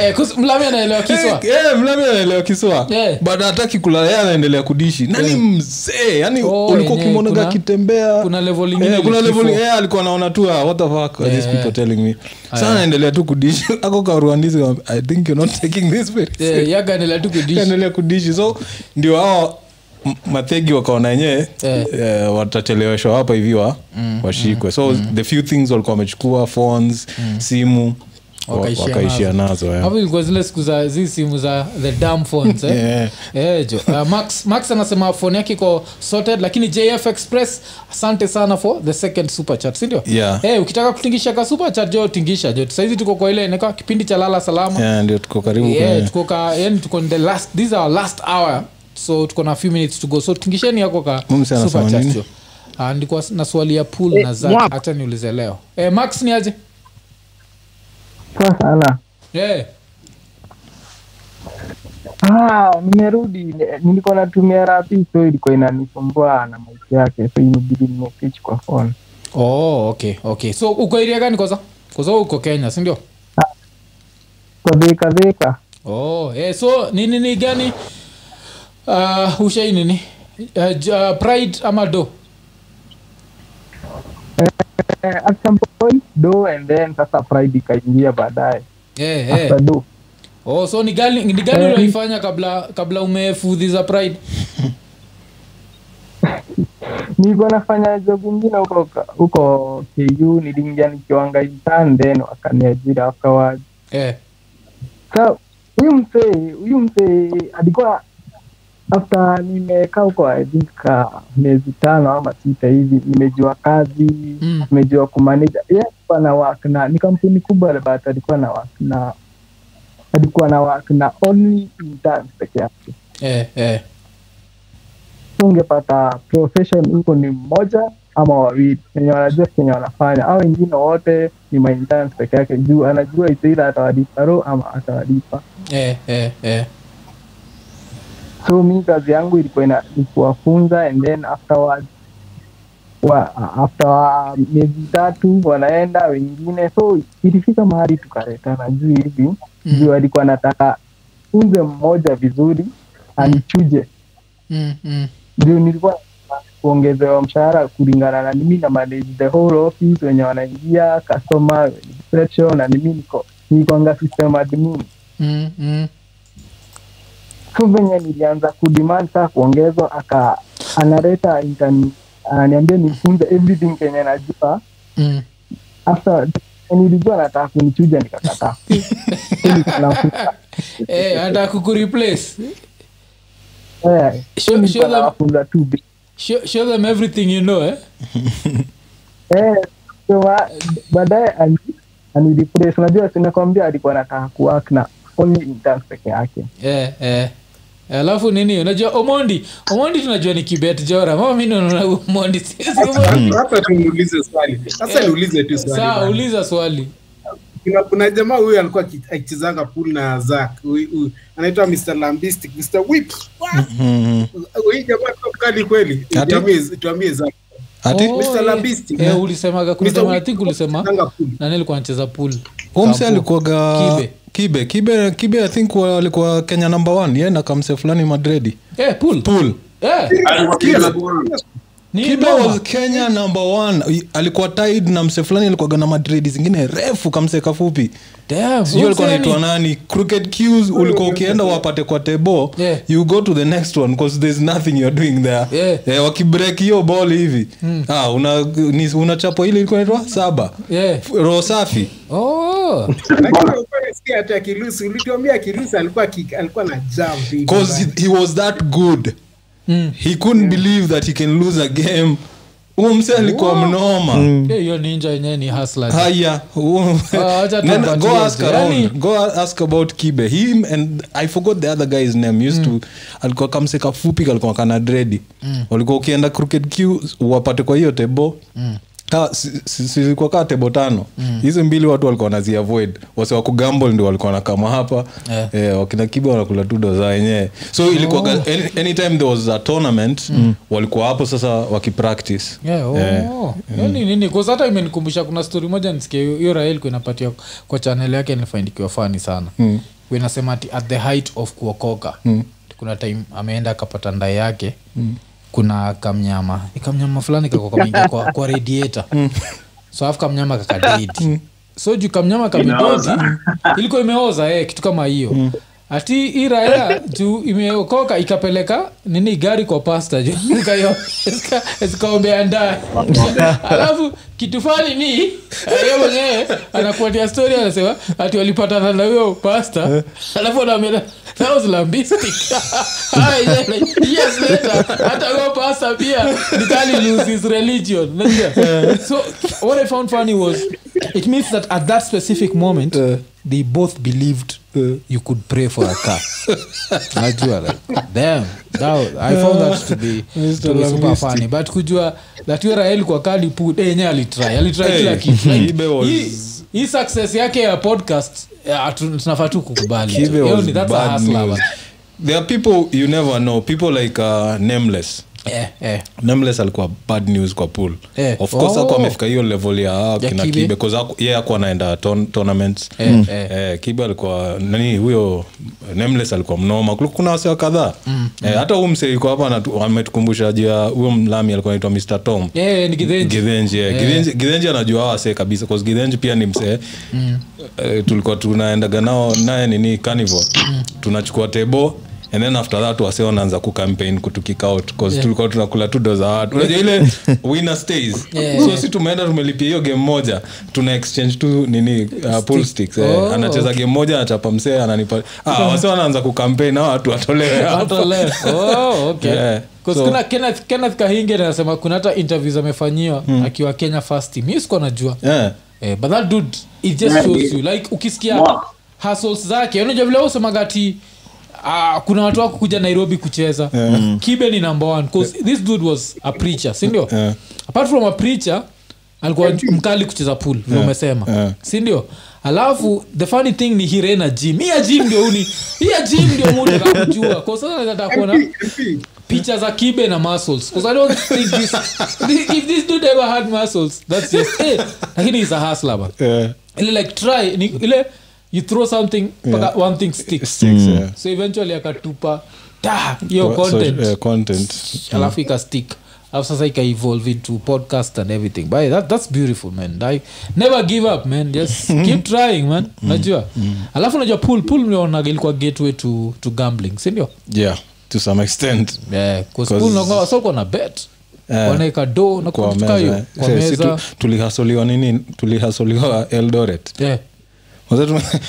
A: Eh, 'cause mlami anaelewa kiswa
D: Eh, eh, mlami anaelewa kiswa
A: Eh.
D: baada hataki kulala yeye anaendelea kudishi nani mzee yani
A: Oh,
D: ulikuwa
A: yenyewe,
D: ukimwonaga
A: kuna-
D: akitembea
A: kuna level ingine
D: Eh, kuna
A: ya
D: level-
A: kifo.
D: eh, alikuwa anaona tu ah, what the fuck are these
A: Eh,
D: people
A: eh.
D: telling me sasa anaendelea tu kudishi ako kwa Rwandese, i think you're not taking this very Yaani-
A: Eh, yaga anaelewa tu kudishi
D: endelea kudishi so ndio hao m- mathegi wakaona yenyewe
A: Eh.
D: eh, watacheleweshwa hapa hivi wa
A: Mm,
D: washikwe so the few things walikuwa wamechukua phones simu wa-
A: Mm. Wakaishia
D: wakaishia nazo yeah.
A: hapo ilikuwa zile siku za zi simu za the dam phones eh?
D: Yeah.
A: Eh, jo. Uh, max, max anasema phone yake iko sorted lakini jf express asante sana for the second super chat sindio
D: Yeah.
A: eh, ukitaka kutingisha ka super chat jo tingisha jo saizi tuko kwa ile inaitwa kipindi cha lala salama
D: Yeah, ndio tuko karibu
A: yeah,
D: kwenye-
A: tuko ka yani tuko in the last these are our last hour so tuko na few minutes to go so tingisheni yako ka
D: Mumsi anasema
A: super chat
D: nini?
A: jo Ah, ndikuwa na swali ya pool
F: Eh,
A: na za
B: mwap.
A: hata niulize leo eh, max ni aje
F: Poa sana.
A: eh,
F: Ah, nimerudi Ni- nilikuwa natumia rapi so ilikuwa inanisumbua na maisha yake so inibidi nimeswitch kwa phone.
A: oh, okay okay so uko iria gani kwanza kwanza uko kenya sindio
F: Ah, Kwa dheka dheka.
A: oh, eh, so ni nini gani uh, ushai nini uh, j- uh, pride ama do
F: Eh, at some point do and then sasa pride ikaingia baadaye.
A: eh, eh.
F: After do.
A: Oh, so ni gani ni gani unaifanya kabla kabla umefudhi za pride
F: Nilikuwa nafanya job ingine huko huko KU niliingia nikiwangaika then wakaniajiri afterwards.
A: eh.
F: So huyu msee huyu msee alikuwa after nimekaa huko I think ka miezi tano ama sita hivi nimejua kazi
A: Mm.
F: nimejua kumanage yeye alikuwa na work na ni kampuni kubwa but alikuwa na work na alikuwa na work na only interns peke yake
A: Eh, eh.
F: so ungepata profession huko ni mmoja ama wawili wenye wanajua kenye wanafanya au wengine wote ni mainterns peke yake juu anajua itaidha atawalipa ro ama atawalipa
A: Eh, eh, eh.
F: so mi kazi yangu ilikuwa ina- ni kuwafunza and then afterwards wa, after miezi tatu wanaenda wengine so ilifika mahali tukaretana juu hivi juu alikuwa nataka funze mmoja vizuri anichuje
A: Mm, mm.
F: juu nilikuwa nataka kuongezewa mshahara kulingana na mimi na manage the whole office wenye wanaingia customer wenye reception na nimi niko nilikwanga system admin
A: Mm, mm.
F: tu venye nilianza kudemand saa kuongezwa aka analeta intern ananiambia nifunze everything kenye najua
A: Mm.
F: after nilijua nataka kunichuja nikakataa Nilikuwa nafunza-
A: Eh, anataka kukureplace
F: eh,
A: Show- show
F: nilikuwa
A: them-
F: nawafunza tu bi-
A: show, show them everything you know eh?
F: eh, so wa- baadaye ani aniripres unajua sinakwambia alikuwa nataka kuwork na only interns peke yake
A: Eh, eh. alafu nini unajua omondi omondi tunajua ni kibet jora mama mi naona omondi sisi Omondi.
G: hata tumuulize swali sasa niulize tu swali
A: saa
G: bana.
A: uliza swali
G: kuna, kuna jamaa huyu alikuwa aki- akichezanga pool na Zach huyu- huyu. anaitwa Mr. Lambistic Mr. Whip huyu jamaa alikuwa mkali kweli
D: Ati?
G: tuambie tuambie Zach
D: ati
A: Oh,
G: Mr.
A: eh.
G: Labisti.
A: Eh, ulisemaga kuna
G: Mr.
A: jamaa, I
G: Whip
A: think ulisema
G: anachezanga pool.
A: nani alikuwa anacheza pool
D: umse
A: Kapo.
D: alikuaga
A: Kibe.
D: kibe kibe kibe i think wa- alikuwa kenya number one ye na kamse fulani madredi
A: eh, pool.
D: pool
A: Eh, ni
D: kibe
A: noma.
D: was kenya number one I- alikuwa tied na mse fulani alikuwaga na madredi zingine refu kamse kafupi
A: Damn,
D: sijui alikuwa
A: umse
D: naitwa
A: ni-
D: nani crooked cues ulikuwa ukienda wapate kwa tebo
A: Yeah.
D: you go to the next one because there's nothing you're doing there
A: Yeah. Hmm.
D: eh, wakibreak hiyo ball hivi ah, una, ni- unachapwa ile ilikuwa naitwa saba
A: Yeah.
D: F- roho safi
A: Eh. Oh.
G: Lakini ukweli si ati akirusi ulituambia akirusi alikuwa aki- alikuwa na jump hivi
D: because
G: bana.
D: he, he was that good
A: Mm.
D: he couldn't believe that he can lose a game huyu mse alikuwa mnoma
A: Eh, hiyo ninja yenyewe ni hustler.
D: haya huyu-
A: Ah, acha
D: Nenda- go
A: tumpatie
D: ask
A: tu.
D: around
A: Yaani-
D: go ask about kibe him and i forgot the other guy's name used
A: Mm.
D: to alikuwa kamse kafupi kalikuwa kana dredi walikuwa ukienda crooked q wapate kwa hiyo tebo
A: Mm.
D: Ka- si- si- silikuwa kaa tebo tano hizi mbili watu walikuwa wanaziavoid wase wakugambol ndio walikuwa wanakama hapa
A: Eh.
D: eh, wakina kiba wanakula tu doza wenyewe so ilikuwa oh. anytime there was a tournament walikuwa hapo sasa wakipractice
A: Mm. Yeah, oh.
D: Eh.
A: Yaani nini 'cause hata imenikumbusha kuna story moja nisikia hiyo- hiyo rahel kuinapatia kwa chanel yake nilifaindikiwa fani sana mm. inasema ati at the height of kuokoka mm. kuna time ameenda akapata ndai yake mm. kuna kamnyama ni kamnyama fulani kako kamengia kwa, kwa radiator so afu kamnyama Mm. kakadedi so juu kamnyama kamededi
E: Inaoza.
A: ilikuwa imeoza eh, kitu kama hiyo ati hii raia juu imeokoka ikapeleka nini gari kwa pasta juu zikayo- zika- zikaombea ndae alafu kitu fani ni yeye mwenyewe anakuatia stori anasema ati walipatana na huyo pasta alafu anaambia that was lambistic Haya, yeah, like, years later hata huyo pasta pia nikali lose his religion Unajua? so what i found funny was it means that at that specific moment they both believed uh, you could pray for a car najua like damn that was, i found that to be, to be super
D: Lambistic.
A: funny but kujua latuerael kwa kalipud enye eh, alitry alitry kila kitu Like,
D: Kibe was-
A: hii- hii success yake ya podcast ya, tu- tunafaa tu kukubali tu.
D: Kibe
A: Hiyo
D: was
A: ni- that's a
D: bad
A: hustler,
D: news.
A: man.
D: there are people you never know people like uh, nameless
A: Eh, eh.
D: nameless alikuwa bad news kwa pool
A: Eh.
D: of course
A: Oh.
D: ako amefika hiyo level ya hao kina
A: Kibe.
D: kibe because haku- yeye yeah, akuwa anaenda ton, tournaments
A: Eh, Mm. eh.
D: Eh, kibe alikuwa nani huyo nameless alikuwa mnoma Kuliko kuna wasewa kadhaa
A: Mm,
D: eh, hata huu msee yuko hapa anatu- ametukumbusha juu ya huyo mlami alikuwa anaitwa mr tom
A: Eh, ni Githenji.
D: Githenji, eh. Githenji- Githenji anajua hawa wasee kabisa 'cause Githenji pia ni msee
A: Mm.
D: Eh, tulikuwa tunaendaga nao naye nini carnival
A: Mm.
D: tunachukua tebo and then after that wase wanaanza kucampaign kutukika out 'cause tulikuwa tunakula tudo za watu unajua ile winner stays
A: Yeah.
D: so si tumeenda tumelipia hiyo game moja tuna exchange tu nini uh, pool sticks eh.
A: Oh,
D: anacheza game moja anachapa msee ananipa ah, wase wanaanza kucampaign hawa watu watolewe hapa.
A: Hata leo. Oh, okay.
D: Yeah.
A: 'Cause
D: So-
A: kuna Kenneth- Kenneth kahinge anasema kuna hata interviews amefanyiwa
D: Hmm.
A: akiwa kenya fasti mi sikuwa najua
D: Eh.
A: eh, but that dude it just
E: Yeah,
A: shows
E: dude.
A: you like ukisikia
E: Wow.
A: hustles zake Yaani unajua vile usemaga ati ah, kuna watu wako kuja nairobi kucheza Mm. kibe ni number one cause this dude was a preacher sindio
D: Yeah.
A: apart from a preacher alikuwa mkali kucheza pool vile umesema
D: Yeah.
A: sindio alafu the funny thing ni hirena jim hiya jim ndio uni hiya jim ndio muni kakujua kwa sasa nataka kuona
G: MP.
A: picha za kibe na muscles because i don't think this, thi- if this dude ever had muscles that's just hey, lakini is a hustler man
D: Eh.
A: ile like try ni, ile you throw something yeah. one thing sticks Mm.
D: Sticks, eh.
A: so eventually akatupa ta hiyo
D: So-
A: content
D: eh, content
A: alafu ikastick alafu sasa ikaevolve into podcast and everything by that, that's beautiful man like, never give up man just
D: Mm-hmm.
A: keep trying man najua alafu unajua pool pool mlionaga ilikuwa gateway to, to gambling sindio
D: yeah to some extent
A: Yeah, 'cause
D: 'Cause-
A: pool unaonga wasoko na bet
D: Yeah.
A: wanaeka do na
D: kwa
A: kutuka hiyo
D: meza,
A: kwa
D: eh. Si- si
A: meza
D: tu- tulihasoliwa nini tulihasoliwa eldoret
A: Yeah.
D: Kwanza tume-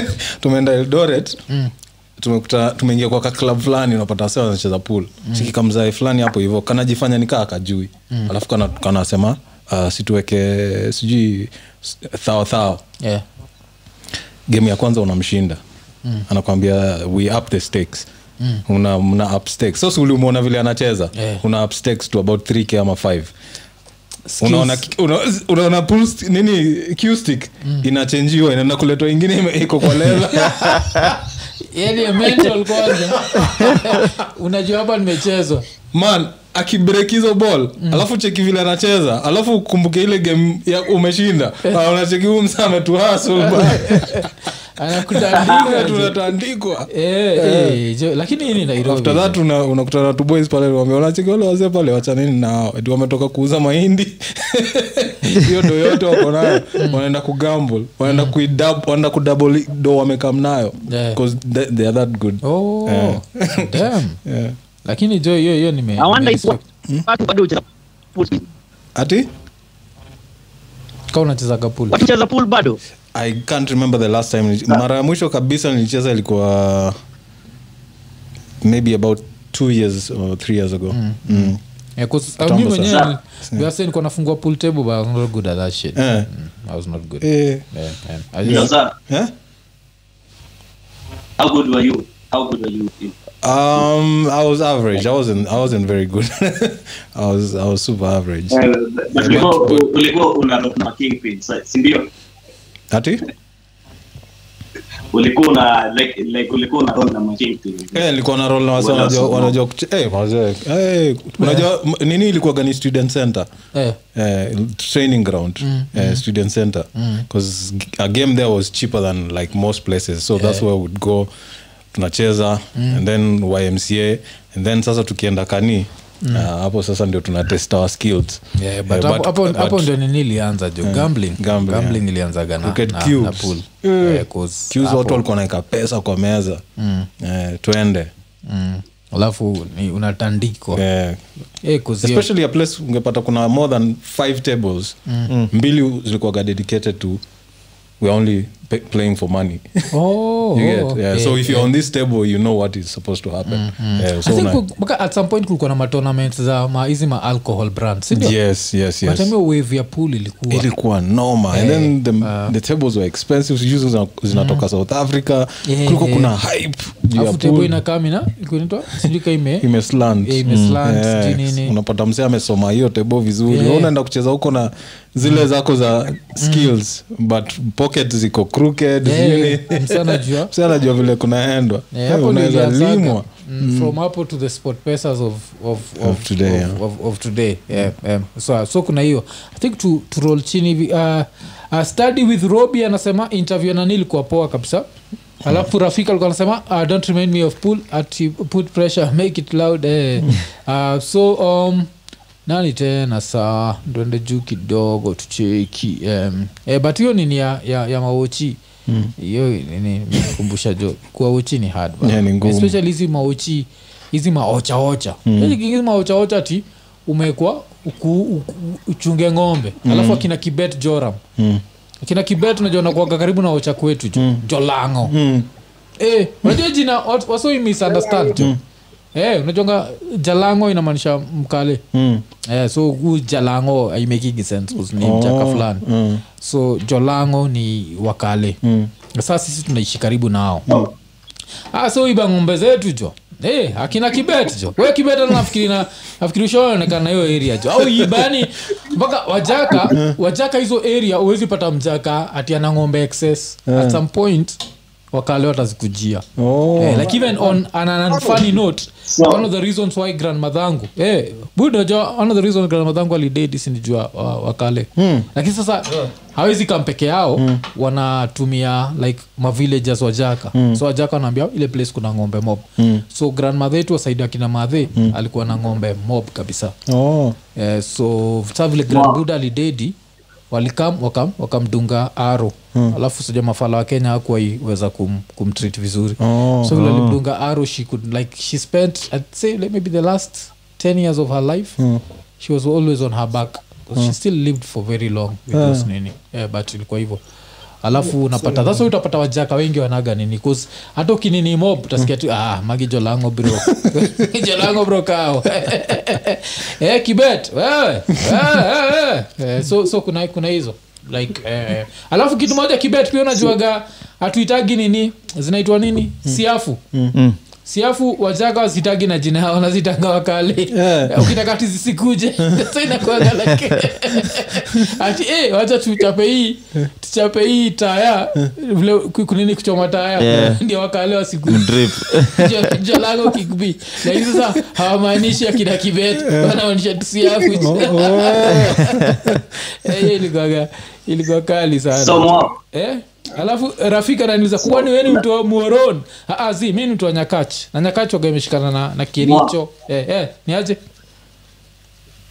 D: tumeenda eldoret
A: Mm.
D: tumekuta tumeingia kwa kaklab fulani unapata sewa anacheza pool
A: Mm.
D: sikikamzae fulani hapo hivyo kanajifanya nikaa akajui alafu kana- kanasema uh, situweke sijui s- thao thao
A: Yeah.
D: game ya kwanza unamshinda mm. anakwambia we up the stakes Mm. una, una up stakes so si ulimwona vile anacheza
A: Eh.
D: una up stakes to about 3k ama 5
A: Skills.
D: unaona una, unaona pull st- nini q stick inachenjiwa inaenda kuletwa ingine ime- iko kwa leva
A: Yaani ya mental kwanza unajua hapa nimechezwa
D: man akibreak hizo ball alafu cheki vile anacheza alafu kumbuke ile game ya umeshinda Ah, unacheki huu msa
A: anakutandika
D: tunatandikwa
A: Eh, eh, jo- lakini hii ni Nairobi.
D: after that una- unakutana na tuboys pale wambia wanacheki wale wazee pale wachanini nao ti wametoka kuuza mahindi hiyo do yote wako nayo
A: Hmm.
D: wanaenda kugambl wanaenda kuidub- wanaenda kudouble do wamekam nayo
A: Yeah.
D: 'Cause they- they are that good
A: Oh, damn.
D: Yeah.
A: lakini jo hiyo hiyo nime-
B: I wonder
A: nime-
B: if wa-
A: Hmm?
B: watu bado hucheza pool.
D: ati
A: Kama unachezaga pool.
B: Watu hucheza pool bado.
D: i can't remember the last time nili- mara ya mwisho kabisa nilicheza ilikuwa maybe about two years or three years ago
A: Hmm.
D: Mm.
A: Eh, 'cause, uh,
D: Kitambo
A: mi
D: sana.
A: mwenyewe nil- we are saying nilikuwa nafungua pool table but I was not good at that shit.
D: Eh.
A: Mm, I was not good.
D: Eh.
A: Yeah, yeah. I just-
E: Sasa,
D: Eh?
E: how good were you? How good were you in
D: Um, I was average. I wasn't. I wasn't very good. I was. I was super average.
E: Eh, but ulikuwa- ulikuwa unalock na kingpin si- si ndio
D: Ati?
E: ulikuwa una like like ulikuwa una roll na ma kingpin
D: Eh, nilikuwa na role na wase wanajua wanajua kuche- eh, wazee. Eh, unajua m- nini ilikuwa gani student center.
A: Eh.
D: Eh, training ground eh, student center because a game there was cheaper than like most places so that's where we'd Mm. go tunacheza and then ymca and then sasa tukienda kani Ah, hapo sasa ndio tuna test our skills
A: Yeah, but
D: Eh,
A: hapo- hapo-
D: but- Mm.
A: hapo ndio nini ilianza jo gambling
D: Gambling,
A: gambling
D: yeah. Mm.
A: ilianzaga na-
D: Cricket
A: na-
D: cues.
A: na pool. Yeah, 'cause
D: Cues
A: hapo-
D: watu walikuwa wanaweka pesa kwa meza eh, twende
A: mm. alafu ni unatandikwa
D: eh,
A: Eh, 'cause hiyo-
D: especially a place ungepata kuna more than five tables
A: Mm.
D: mbili zilikuwaga dedicated to we're only pa- playing for money
A: Oh, eh.
D: you get yeah.
A: okay,
D: so if you're
A: okay. Mm,
D: on this table you know what is supposed to happen yeah, so
A: I think
D: una-
A: ku- mpaka at some point kulikuwa na matournament za ma- hizi ma alcohol brands sindio
D: yes yes yes
A: matamio wave ya pool ilikuwa
D: ilikuwa noma
A: Eh,
D: and then the,
A: uh.
D: the tables were expensive usually
A: Mm.
D: zina- zinatoka south africa
A: Yeah,
D: kulikuwa
A: yeah.
D: kuna hype juu ya
A: afu tebo
D: pool.
A: inakamina inaitwa sijui ka Eh, ime
D: Imeslant.
A: Yeah, imeslant,
D: Mm.
A: sijui
D: Yes.
A: nini.
D: unapata msee amesoma hiyo tebo vizuri
A: Yeah. Mm.
D: yeah. unaenda kucheza huko na zile zako za skills but pocket ziko crooked
A: Yeah,
D: sijui
A: yeah,
D: nini.
A: msee anajua.
D: Msee anajua vile kunaendwa
A: Eh,
D: Wewe
A: hapo ndio
D: unaweza
A: ilianzaga.
D: limwa
A: Mm, from hapo to the sport pesas of, of, of,
D: Of today,
A: of,
D: yeah.
A: of, of today yeah, yeah. So, so kuna hiyo i think tu, tu roll chini hivi uh, uh, study with robi anasema interview nani ilikuwa poa kabisa
D: Mm.
A: alafu rafiki alikuwa anasema uh, don't remind me of pool at you put pressure make it loud eh. uh, so um, nani tena saa ndwende juu kidogo tucheki um, eh, but hiyo nini ya, ya, ya maochi
D: Mm.
A: hiyo nini nimekumbusha jo kuwaochi ni hard bana.
D: Yeah, ni ngumu.
A: especially hizi maochi hizi maochaocha Yaani hizi maochaocha ti umekwa uku, uku, uchunge ng'ombe alafu akina kibet joram akina kibet najua nakuaga karibu na ocha kwetu jo jolango Eh, unajua jina wat- waso you misunderstand jo Eh, unajonga jalango inamaanisha mkale eh, so hu jalango aimekigi sense 'cause ni mchaka fulani so jolango ni wakale saa sisi tunaishi karibu nao Ah, so iba ng'ombe zetu jo Hey, akina kibet jo we kibet ana nafikiri na nafikiri ushaonekana na hiyo area jo au ibani mpaka wajaka wajaka hizo area uwezi pata mjaka ati ana ng'ombe excess at some point wakale watazikujia
D: Oh.
A: Eh, like even on an, an unfunny note one of the reasons why grandmadhangu eh, budoja one of the reasons grandmadhangu alidedi sinijua wa, wakale lakini sasa hawezi kam peke yao wanatumia like mavillages wajaka so wajaka wanaambia ile place kuna ng'ombe mob so grandmadha yetu wasaidi akina madhe alikuwa na ng'ombe mob kabisa
D: oh.
A: eh, so sa vile grandbuda alidedi walikam wakam wakamdunga aro hmm. alafu sija mafala wa kenya hakuwaiweza kum, kumtreat vizuri
D: Oh,
A: so vile alimdunga aro she could like she spent I'd say like, maybe the last 10 years of her life hmm. she was always on her back 'Cause she still lived for very long with those nini yeah, but ilikuwa hivyo alafu unapata thasa utapata wajaka wengi wanaga nini 'Cause hata ukinini mob utasikia tu ah magijo lango bro magijo lango bro kao eh kibet wewe eh, eh, eh. Eh, so so kuna kuna hizo like eh, alafu kitu moja kibet pia unajuaga hatuitagi nini zinaitwa nini siafu siafu wajaka wazitagi na jina yao wanazitanga wakale
D: Yeah.
A: ukitaka ati zisikuje sasa inakuaga like ati eh, wacha tuchape hii tuchape hii taya vile ku- kunini kuchoma taya
C: Yeah.
A: ndio wakale wasikuje
C: drip
A: Jo- jalago kikbi lakini sasa hawamaanishi akina kibet wanaonyesha tusiafu Eh, ilikuwaga ilikuwa kali sana
E: somo
A: eh? alafu rafiki ananiuliza kwani weni mtu wa muoron Ah, ah, zi mi ni mtu wa nyakach na nyakach waga imeshikana na, na kiricho eh, eh, ni aje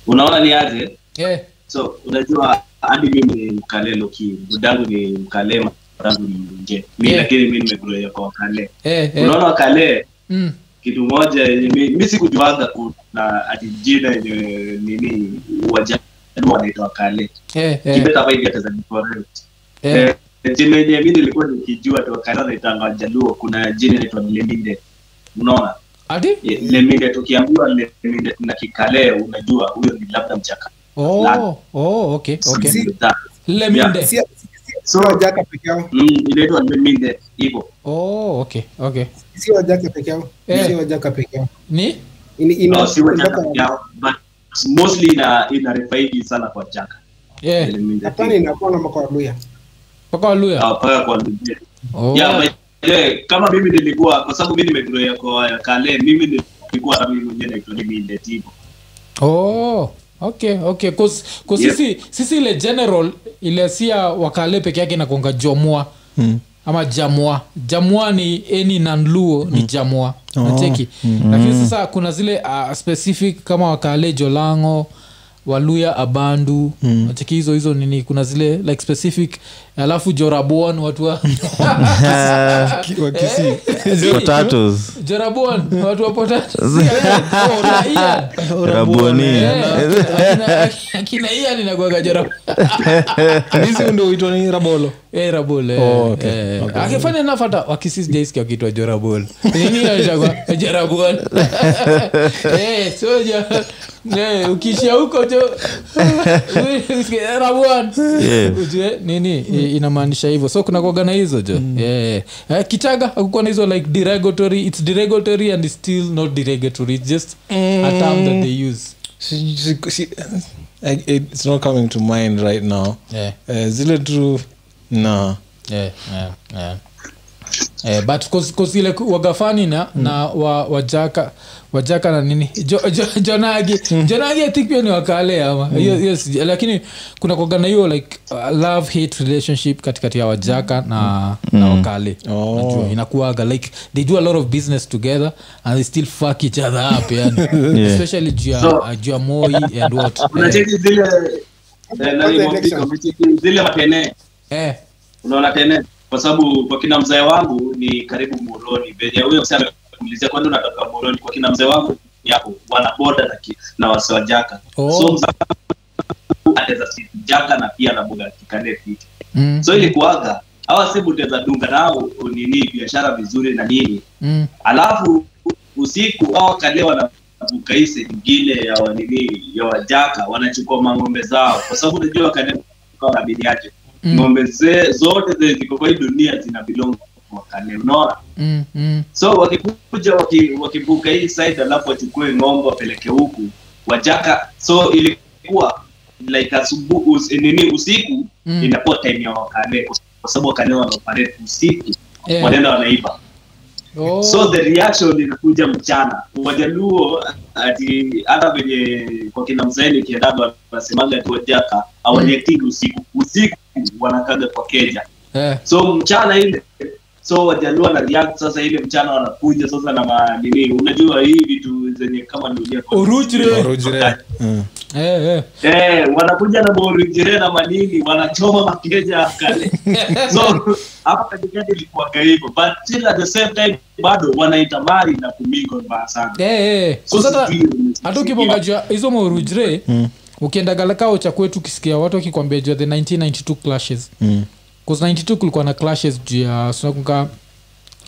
E: unaona ni aje
A: eh.
E: so unajua hadi mimi ni mkalelo ki budangu ni mkalema budangu ni mje mi
A: Yeah.
E: lakini mi nimegroia kwa wakale
A: Eh, eh.
E: unaona wakale
A: Mm.
E: kitu moja yenye mi- mi sikujuanga kuna ati jina yenye nini wajaluo wanaita wakale
A: Eh, eh,
E: kibeta hapa hivi atazanikorekt
A: eh.
E: Eh, jina yenye mi nilikuwa nikijua tu wakale wanaitanga wajaluo kuna jina inaitwa leminde unaona
A: ati
E: Ye- leminde tukiambiwa leminde na kikale unajua huyo ni labda mchaka
A: oh, oh, okay, okay.
G: Si-
E: Mta.
A: leminde
G: Si- si- si- si wajaka peke yao
E: Mm, inaitwa leminde hivo
A: oh, okay, okay.
G: si wajaka peke yao
A: Eh.
G: si wajaka peke yao
A: ni
G: Ini- ina-
E: No, si wajaka
G: mpaka-
E: yao, but mostly ina ina refaidi sana kwa jaka
A: eh,
E: Leminde.
G: hapana inakuwa na makao ya Luhya.
A: mpaka waluya
E: Ah, paka kwa Leminde.
A: oh.
E: Yeah, but, eh, kama mimi nilikuwa kwa sababu mi nimegroea kwa kale mimi nilikuwa na mimi mwenyewe naitwa leminde hivo
A: oh okay okay cause, cause
E: Yep.
A: sisi, sisi ile general ile si ya wakale peke yake inakonga jomua ama jamwa jamwa ni eni nanluo ni jamwa nacheki lakini sasa kuna zile uh, specific kama wakale jolango waluya abandu mm. nacheki hizo hizo nini kuna zile like specific alafu jorabuon watu wa
C: potatoes
A: jorabuon watu wa Oh, potato
C: raboni
A: akina Eh, ian inakuaga jorabuon
D: ndizi ndo uitwa ni rabolo
A: Eh, rabol, eh,
D: Oh, okay.
A: eh. akifanya nafata wakisisjaiskia wakiitwa jorabol nininaishakwa jorabol Eh, so ja- eh, ukiishia huko jo Usikie, rabon
C: Yeah.
A: Ujue, nini i- inamaanisha hivyo so kuna kuaga na hizo jo
D: Mm.
A: Eh, eh, kichaga hakukuwa na hizo like derogatory it's derogatory and it's still not derogatory it's just a term that they use
D: Si- si- si- I- it's not coming to mind right now
A: yeah.
D: Eh, zile tu na
A: yeah, yeah, yeah. Eh, but cause, cause ile ku- wagafani na, na wa, wajaka wajaka na nini jo, jo, jonagi jonagi I think pia ni wakale ama hiyo hiyo sija- lakini kuna kuaga na hiyo like uh, love hate relationship katikati ya wajaka na, na wakale
D: Oh.
A: Najua, inakuaga like they do a lot of business together and they still fuck each other up yani
C: Yeah.
A: especially juu ya-
E: So-
A: juu ya moi and what eh,
E: unacheki zile eh, nani,
G: election.
E: unacheki zile matenee
A: eh,
E: unaona tena kwa sababu kwa kina mzee wangu ni karibu moroni venye huyo msee amekuulizia kwani unatoka moroni kwa kina mzee wangu ni hapo wanaboda na, ki- na wasiwajaka
A: Oh.
E: so mzee wangu anaweza si jaka na pia anaboga kikande piti
A: mm,
E: so ilikuwaga hawa si mtaweza dunga nao nini biashara vizuri na nini
A: mm,
E: alafu usiku au wakale wanavuka hii sehemu nyingine ya wanini ya wajaka wanachukua mang'ombe zao kwa sababu unajua wakale wana bili yake
A: Mm.
E: ng'ombe ze- zote zenye ziko kwa hii dunia zina bilongo kwa wakale unaona
A: mm, mm.
E: so wakikuja waki- wakivuka hii side alafu wachukue ng'ombe wapeleke huku wajaka so ilikuwa like asubuhi us, nini usiku
A: Mm.
E: inakuwa time ya wakale kwa sababu wakale wanaoperate usiku
A: Eh.
E: wanaenda wanaiba
A: Oh.
E: so the reaction inakuja mchana wajaluo ati hata venye kwa kina mzaeni kiendaga wanasemaga ati wajaka awanyetingi usiku usiku wanakaga kwa keja
A: eh.
E: so mchana ile so wajaluo na react sasa ile mchana wanakuja sasa na manini unajua hii vitu zenye kama dunia
A: Orujre.
D: orujire Mm.
A: Eh, eh.
E: Eh, wanakuja na maorijire na manini wanachoma makeja ya kale so hapa katikati ilikuwaga hivyo but still at the same time bado wanaitamari na kumingo mbaya sana
A: Eh, eh.
E: So
A: So sasa
E: sijui ni-
A: hata ukiponga jua hizo maurujre ukiendagalakao cha kwetu ukisikia watu wakikwambia jua the 1992 clashes mm. 92 kulikuwa na clashes juu ya sinakunga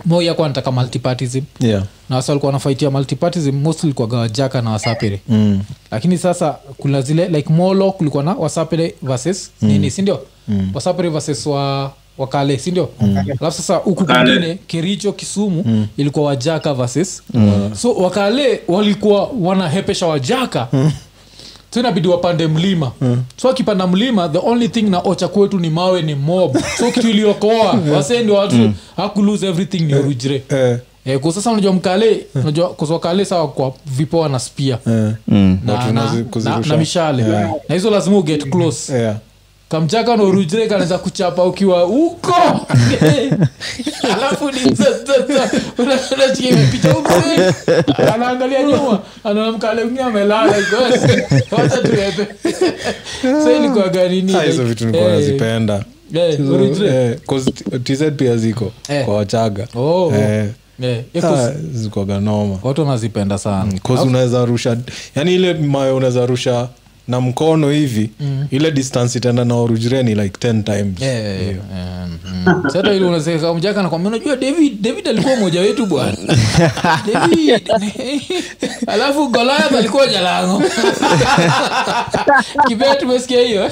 A: moya kuwa anataka multipartism
D: yeah
A: na wasa walikuwa wanafaitia multipartism mostly ilikuwaga wajaka na wasapere
D: Mm.
A: lakini sasa kuna zile like molo kulikuwa na wasapere versus nini sindio mm. wasapere versus wa wakale sindio
D: Mm.
A: alafu sasa huku
E: Wakale.
A: kwingine kericho kisumu ilikuwa wajaka versus
D: Mm.
A: so wakale walikuwa wanahepesha wajaka
D: Mm.
A: so inabidi wapande mlima so akipanda mlima the only thing na ocha kwetu ni mawe ni mob so kitu iliokoa wasendi watu haku lose everything ni orujre
D: Mm. eh,
A: Eh, kwa sasa unajua mkale unajua kwa sababu wakale sawa kwa vipoa na spia
D: eh.
C: Mm.
A: na,
D: Watu
A: na,
D: nazi-
A: na,
D: kuzirusha. Eh.
A: na mishale na hizo lazima uget close
D: Yeah.
A: kamchaka na urujire kanaweza kuchapa ukiwa huko alafu ni nipicha mzee anaangalia nyuma anaona mkale mwenyewe amelala iko, wacha tuepe sa ilikuwaga nini
D: Ah, hizo
A: like,
D: vitu nilikuwa
A: eh,
D: nazipenda
A: eh,
D: Hizo,
A: origin-
D: eh, 'cause t- tz pia ziko
A: Eh.
D: kwa wachaga
A: Oh.
D: Eh,
A: eh, eh, 'cause Oh.
D: ah, zikwaga noma
A: watu wanazipenda sana
D: 'Cause unaweza rusha yani ile mayo unaweza rusha na mkono hivi ile distance itaenda na orujire ni like 10 times
A: Mm. Yeah, yeah, yeah. Um, eh, mm. Sasa hata ile unasema mjaka anakwambia unajua David David alikuwa mmoja wetu bwana. David. Alafu Goliath alikuwa jalango. Kibea tumesikia hiyo.
G: Eh,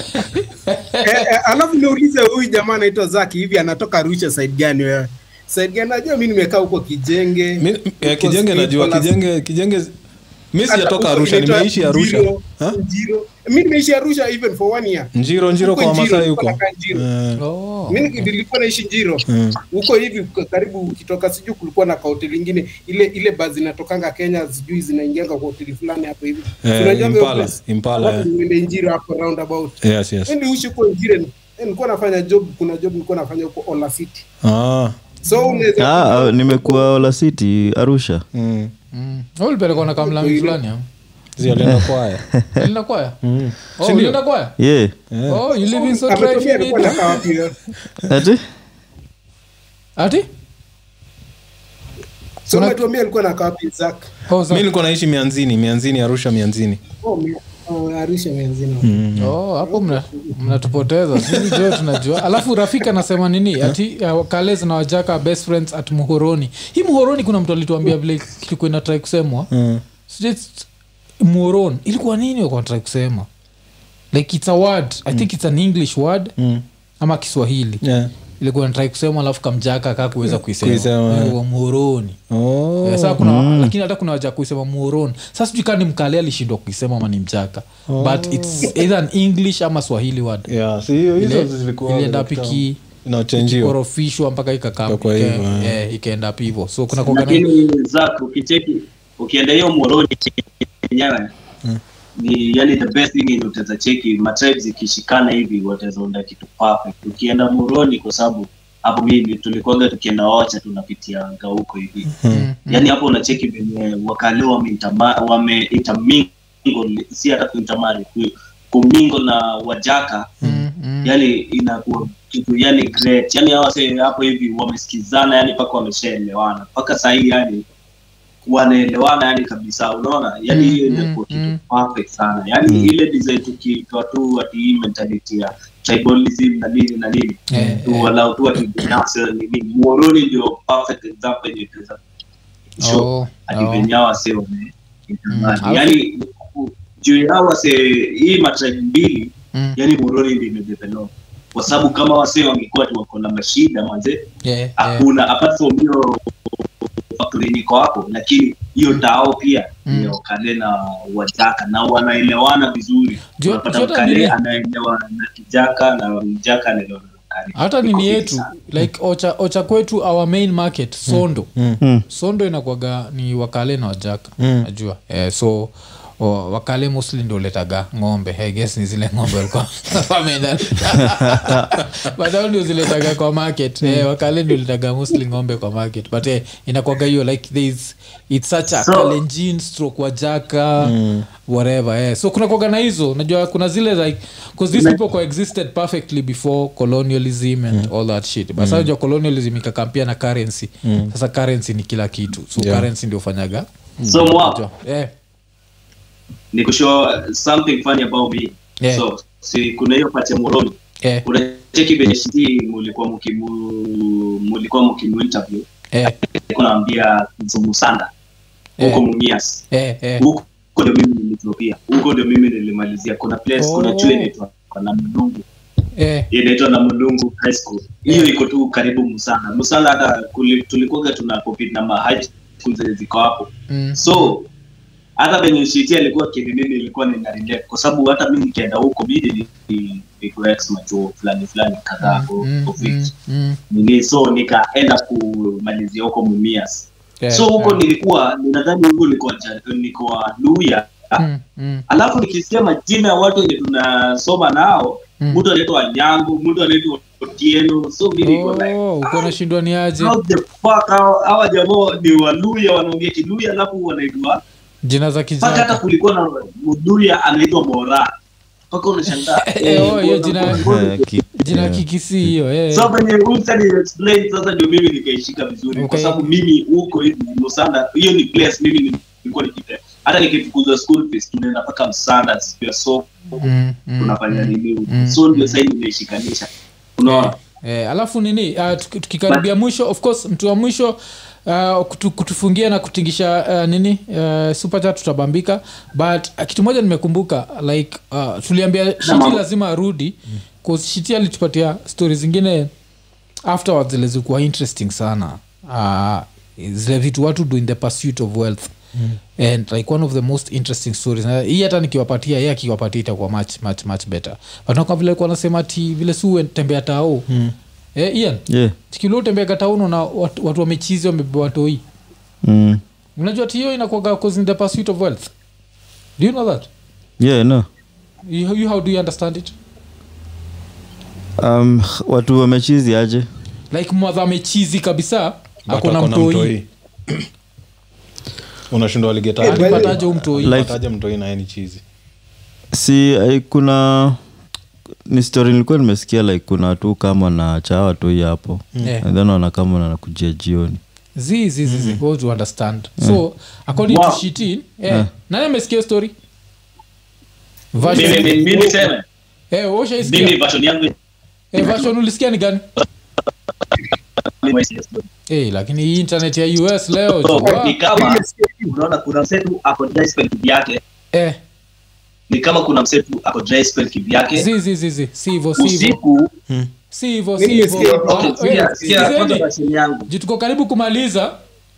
G: eh, alafu niulize huyu jamaa anaitwa Zaki hivi anatoka Arusha side gani wewe? Side gani? Najua mimi nimekaa huko Kijenge.
D: Mi- eh, kijenge
G: Huko
D: najua
G: Nicholas.
D: kijenge kijenge mi
G: Hata
D: sijatoka
G: huko
D: arusha
G: inaitwa
D: nimeishi arusha
G: Njiro,
D: Ha?
G: Njiro. Mimi nimeishi Arusha even for one year.
D: njiro njiro
G: Huko
D: kwa
G: Njiro,
D: wamasai
G: nilikuwa
D: huko
G: nakaa Njiro.
D: Eh,
A: Oh.
G: Mimi nilikuwa naishi Njiro.
D: Hmm.
G: Huko hivi k- karibu ukitoka sijui kulikuwa na kahoteli ingine ile ile basi zinatokanga Kenya sijui zinaingianga kwa hoteli fulani hapo hivi.
D: Eh,
G: Unajua hiyo
D: Impala,
G: place?
D: Impala,
G: Alafu
D: eh.
G: nimeenda Njiro hapo roundabout.
D: yes yes
G: Mimi niishi huko Njiro eh, nilikuwa nafanya job kuna job nilikuwa nafanya huko ola city
D: Ah,
G: so
A: Mm.
G: unaweza
C: Ah, ah, nimekuwa ola city arusha
D: mm.
A: ulipelekwa na kamlami fulani ama?
D: Zio alienda kwaya.
A: Ulienda kwaya oh,
D: Mm. Si ndio? Eh.
A: ulienda kwaya
C: ye
A: oh, you live in so
G: ametumia
A: trifid-
G: alikuwa anakaa wapi eh?
C: ati
A: ati
G: so ametumia alikuwa anakaa wapi zak
A: Oh, za-
D: mi nilikuwa naishi mianzini mianzini arusha mianzini
G: oh me- oh, arisha menzina
A: Oh, hapo mna- mnatupoteza sisi jo tunajua alafu rafiki anasema nini ati uh, kales na wajaka best friends at muhoroni hii muhoroni kuna mtu alituambia vile kilikuwa inatrai kusemwa mm. muhoron ilikuwa nini walikuwa wanatrai kusema like its a word i think its an english word mm. ama kiswahili
D: yeah.
A: ilikuwa natrai kusema alafu kamjaka kaa kuweza
D: Kuisema,
A: kuisema
D: eh.
A: Ilikuwa muhoroni
D: oh.
A: Eh, saa kuna lakini hata kuna waja kuisema muoron sa sijui kaa ni mkale alishindwa kuisema ama ni mjaka
D: Oh.
A: but its either an english ama swahili word
D: yeah, si hiyo Eh, hizo
A: Ile-
D: zilikuwa
A: ilienda
D: katika-
A: piki
D: inachenjiwa
A: orofishwa mpaka ikakaa
D: Kwa hivyo, eh.
A: ikaenda pivo so kuna kuwanga na-
E: lakini zak ukicheki ukienda hiyo moroni yenyewe ni yani the best thing is utaweza cheki matribes ikishikana hivi wataweza unda kitu perfect ukienda moroni kwa sababu hapo mimi tulikuwaga tukienda ocha tunapitianga huko hivi yani hapo unacheki venye wakalio wameitama- wameitammingle si hata kuitamari ku- kumingle na wajaka
A: Mm, mm.
E: yani inakuwa kitu yani great yani hawa wase hapo hivi wamesikizana yani mpaka wameshaelewana mpaka sahii yani wanaelewana yani kabisa unaona yani
A: Mm,
E: hiyo
A: mm,
E: inakuwa
A: mm.
E: kitu perfect sana yani ile design tukitoa tu ati hii mentality ya tribalism na nini na nini
A: Eh,
E: tu
A: eh.
E: walau tu ati binafsi na nini muoroni ndio perfect example yenye tuweza show
A: Oh,
E: ati
A: oh.
E: venye hawa wase wame
A: Mm.
E: yani juu ya hawa wase hii matribe mbili
A: Mm.
E: yani moroni ndio imedevelop kwa sababu kama wasee wangekuwa tu wako na mashida manze
A: Yeah, yeah.
E: hakuna apart from hiyo factory yenye iko hapo lakini hiyo tao pia
A: Mm.
E: ndio kale na wajaka na wanaelewana vizuri
A: Jua-
E: unapata
A: jua hata
E: mkale
A: nini-
E: anaelewa na kijaka na mjaka anaelewa na mkale.
A: hata
E: Iko
A: nini
E: fiti
A: yetu
E: sana.
A: like ocha, ocha kwetu our main market sondo
E: Hmm.
C: Mm.
A: sondo inakwaga ni wakale na wajaka najua eh, so o, wakale mostly ndo letaga ng'ombe I guess ni zile ng'ombe walikuwa wameenda but hao ndio ziletaga kwa market eh, wakale ndio letaga mostly ng'ombe kwa market but eh, inakwaga hiyo like there is it's such a
E: So- Mm.
A: kalenjin stroke wajaka whatever eh. so kuna kwaga na hizo najua kuna zile like cause these
E: Mm.
A: people coexisted perfectly before colonialism and all that shit but
E: Mm.
A: sasa unajua colonialism ikakampia na currency sasa currency ni kila kitu so
D: Yeah.
A: currency ndio fanyaga
E: so mwap
A: Unajua, eh.
E: ni kushow something funny about me
A: Yeah.
E: so si kuna hiyo pacha moroni
A: Eh,
E: unacheki venye shii mulikuwa mkimu- mulikuwa mkimuinterview
A: eh,
E: naambia mzungusanda
A: Eh.
E: huko mungias
A: eh, eh.
E: huko ndio mimi nilitropia huko ndio mimi nilimalizia kuna place
A: Oh.
E: kuna chuo inaitwa namdungu
A: Eh,
E: inaitwa namdungu high school hiyo iko tu karibu musana musana hata kuli- tulikuwaga tuna compete na ma high schools zenye ziko hapo
A: mm,
E: so hata venye shiti alikuwa kini mimi ilikuwa nina relate kwa sababu hata mimi nikienda huko mimi nikuex machuo fulani fulani kadhaa
A: mm,
E: huko
A: mm,
E: huko
A: mm, mm,
E: nini so nikaenda kumalizia huko mumias
A: eh,
E: so huko
A: eh.
E: nilikuwa ninadhani huko nilikuwa Ja- nilikuwa luya
A: Mm, mm,
E: alafu nikisikia majina ya watu wenye tunasoma nao
A: Mm.
E: mtu anaitwa nyangu mtu anaitwa otieno so mi niko like ah,
A: oh, uko nashindwa ni aje
E: how the fuck hawa hawa jamaa ni waluya wanaongea kiluya alafu wanaitwa
A: jina za
E: mpaka hata
A: kijana
E: kulikuwa na mluya anaitwa mora mpaka unashangaa
A: Eh, oh, hiyo jina-
C: Eh, ki-
A: jina
C: eh.
A: kikisi hiyo eh.
E: so venye Wilson ni explain sasa ndio mimi nikaishika vizuri
A: Okay.
E: kwa sababu mimi huko hivi Musanda hiyo ni place mimi nilikuwa nikipenda hata nikifukuzwa school fees tunaenda mpaka Msanda sio so
A: Mm, mm,
E: tunafanya
A: mm.
E: nini huko
A: mm,
E: so ndio sasa hivi nimeishikanisha unaona
A: Eh, alafu nini uh, tuki- tukikaribia mwisho of course mtu wa mwisho uh, kutu, kutufungia na kutingisha uh, nini uh, super chat tutabambika but uh, kitu moja nimekumbuka like uh, tuliambia shiti
E: mama.
A: lazima arudi 'cause shiti alitupatia stori zingine afterwards zile zilikuwa interesting sana uh, zile vitu watu do in the pursuit of wealth mm. and like one of the most interesting stories Na hii hata nikiwapatia ye akiwapatia itakuwa much, much, much better but nakwa vile alikuwa anasema ti vile si tembea tao mm. eh, ian
C: ye
A: chikilio tembea katauno na watu, watu wamechizi wamebeba toi
C: Mm.
A: unajua ti hiyo inakuaga cause in the pursuit of wealth do you know that
C: ye no
A: you, you, how do you understand it
C: um, watu wamechizi aje
A: like mwadha amechizi kabisa
D: But
A: akona
D: ako na
A: mtoi
D: mtoi. unashindwa waligetaje-
G: Eh, by the way,
A: pataje umtoi
C: Like-
D: pataje mtoi naye ni chizi
C: si eh, kuna ni story nilikuwa nimesikia like kuna watu kama na chaa watoi hapo
A: Eh.
C: and then wanakamwa na nakujia jioni
A: zi zi zi zi go to understand so according to
E: Wow.
A: shitin eh, nani amesikia story
E: Mimi- mimi- mimi niseme
A: Eh, wewe ushaisikia?
E: mimi version yangu
A: Eh, version ulisikia ni gani Eh, lakini hii internet ya us leo
E: So,
A: chukua.
E: Oh, ni kama unaona kuna msetu ako dry spell kivyake
A: Eh,
E: ni kama kuna msetu ako dry spell kivyake
A: zi zi zi zi si hivyo si hivyo
E: usiku
A: si hivyo si
G: Mimi
A: hivyo
G: sikia-
E: Okay,
A: Ah,
E: sikia-
A: eh,
E: sikia,
A: zeni.
E: kwanza version yangu
A: Ju tuko karibu kumaliza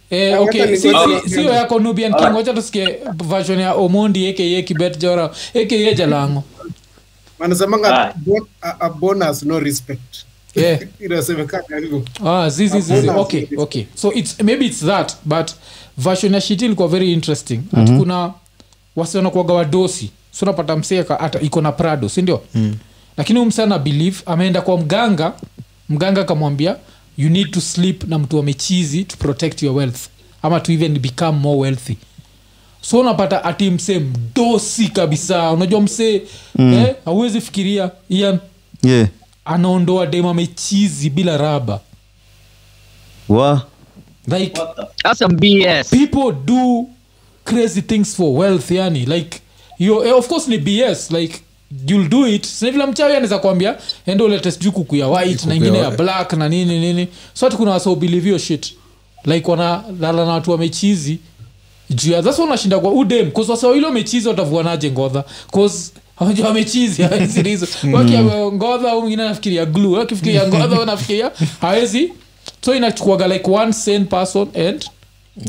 A: Eh,
G: Hata
A: okay,
G: ni-
A: si-
G: Ah.
A: si- sio yako nubian king
E: Alright.
A: wacha tusikie version ya omondi aka kibet jora aka jalango
G: wanasemanga
E: Aye.
G: "Bon- a- a bonus no respect
A: yeah.
G: inasemekana hivyo
A: ah, zi, zi, zi, zi.
G: Hakuna
A: okay
G: zizi.
A: okay so it's, maybe it's that but version ya shiti ilikuwa very interesting mm-hmm. at kuna wasionakwaga wadosi so napata mseka hata iko na prado sindio mm. lakini huyu msana believe ameenda kwa mganga mganga akamwambia you need to sleep na mtu amechizi to protect your wealth ama to even become more wealthy so unapata ati msee mdosi kabisa unajua msee mm. eh, hauwezi fikiria ian
C: yeah.
A: anaondoa dem amechizi bila raba
C: wa
A: like
E: What the f-
B: That's some BS.
A: people do crazy things for wealth yani like yo, eh, of course ni bs like you'll do it Sina vile mchawi anaweza kwambia ende ulete sijui kuku ya white na
D: ya
A: ingine ya
D: white.
A: black na nini nini so hati kuna wasobilivio shit like wanalala na watu wamechizi juu ya thasa unashinda kwa udem kause wasawili wamechizi watavuanaje ngodha kause hawajua wamechizi hawezi rizo
D: Mm-hmm.
A: wakiangodha eh, au mwingine anafikiria glu wakifikiria ngodha unafikiria hawezi so inachukuaga like one sane person and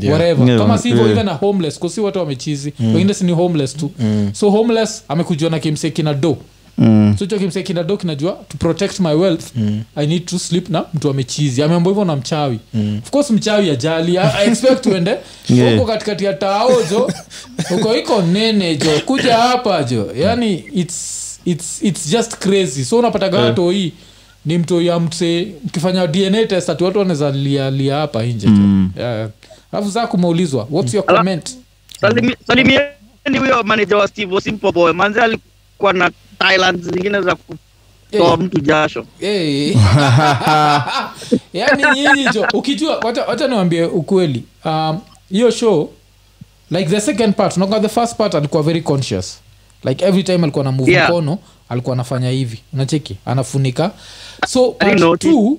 D: Yeah.
A: whatever
C: Yeah,
A: kama si hivyo
C: yeah. Mm.
A: even a homeless kusi watu wamechizi wengine si ni homeless tu so homeless amekujua na kimse kina do
C: mm.
A: so hicho kimse kina do kinajua to protect my wealth i need to sleep na mtu amechizi ameambwa hivyo na mchawi of course mchawi ajali I- I expect uende
C: Mm. Yeah.
A: huko katikati ya taojo uko iko nene jo kuja hapa jo yani it's, it's, it's just crazy so unapataga yeah. hii ni mtu ya mse mkifanya dna test ati watu wanaweza lia lia hapa nje jo
C: Mm.
A: yeah. alafu saa kumeulizwa what's your
B: Ala-
A: comment
B: Salimi- salimieni huyo manager wa steve osimpo boy manze alikuwa na thailand zingine za kutoa
A: Yeah.
B: mtu jasho
A: Hey. yani nyinyi jo ukijua wacha- wacha niwambie ukweli um, hiyo show like the second part nakumbuka the first part alikuwa very conscious like every time alikuwa na move
B: Yeah.
A: mkono alikuwa anafanya hivi unacheki anafunika so
B: didn't
A: part
B: notice.
A: two,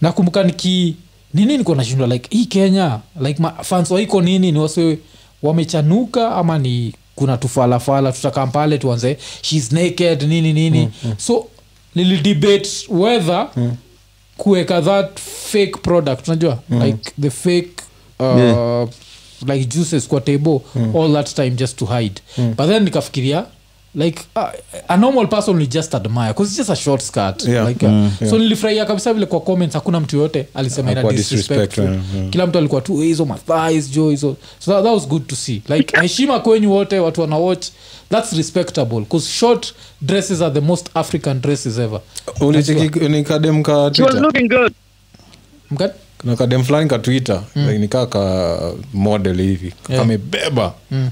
A: nakumbuka niki nini niko nashindwa like hii kenya like ma- fans waiko nini ni wase wamechanuka ama ni kuna tufalafala tutakam pale tuanze shes naked nini nini mm, mm. so nilidebate whether mm. kuweka that fake product unajua mm. like the fake uh,
C: Yeah.
A: like juices kwa table mm. all that time just to hide mm. but then nikafikiria like uh, a normal person will just admire because it's just a short skirt
D: Yeah.
A: like uh, so nilifurahia kabisa vile kwa comments hakuna mtu yoyote alisema ina
D: Hakuwa
A: disrespectful
D: disrespectful, yeah, yeah.
A: kila mtu alikuwa tu "Eh, hizo mathais jo hizo so that, that was good to see like heshima kwenyu wote watu wana watch that's respectable because short dresses are the most african dresses ever
D: ulicheki ni kadem ka
B: she was
D: twitter
B: looking good
A: Mkati?
D: kuna kadem fulani ka twitter
A: Hmm.
D: like nikaa ka model hivi kamebeba
A: Hmm.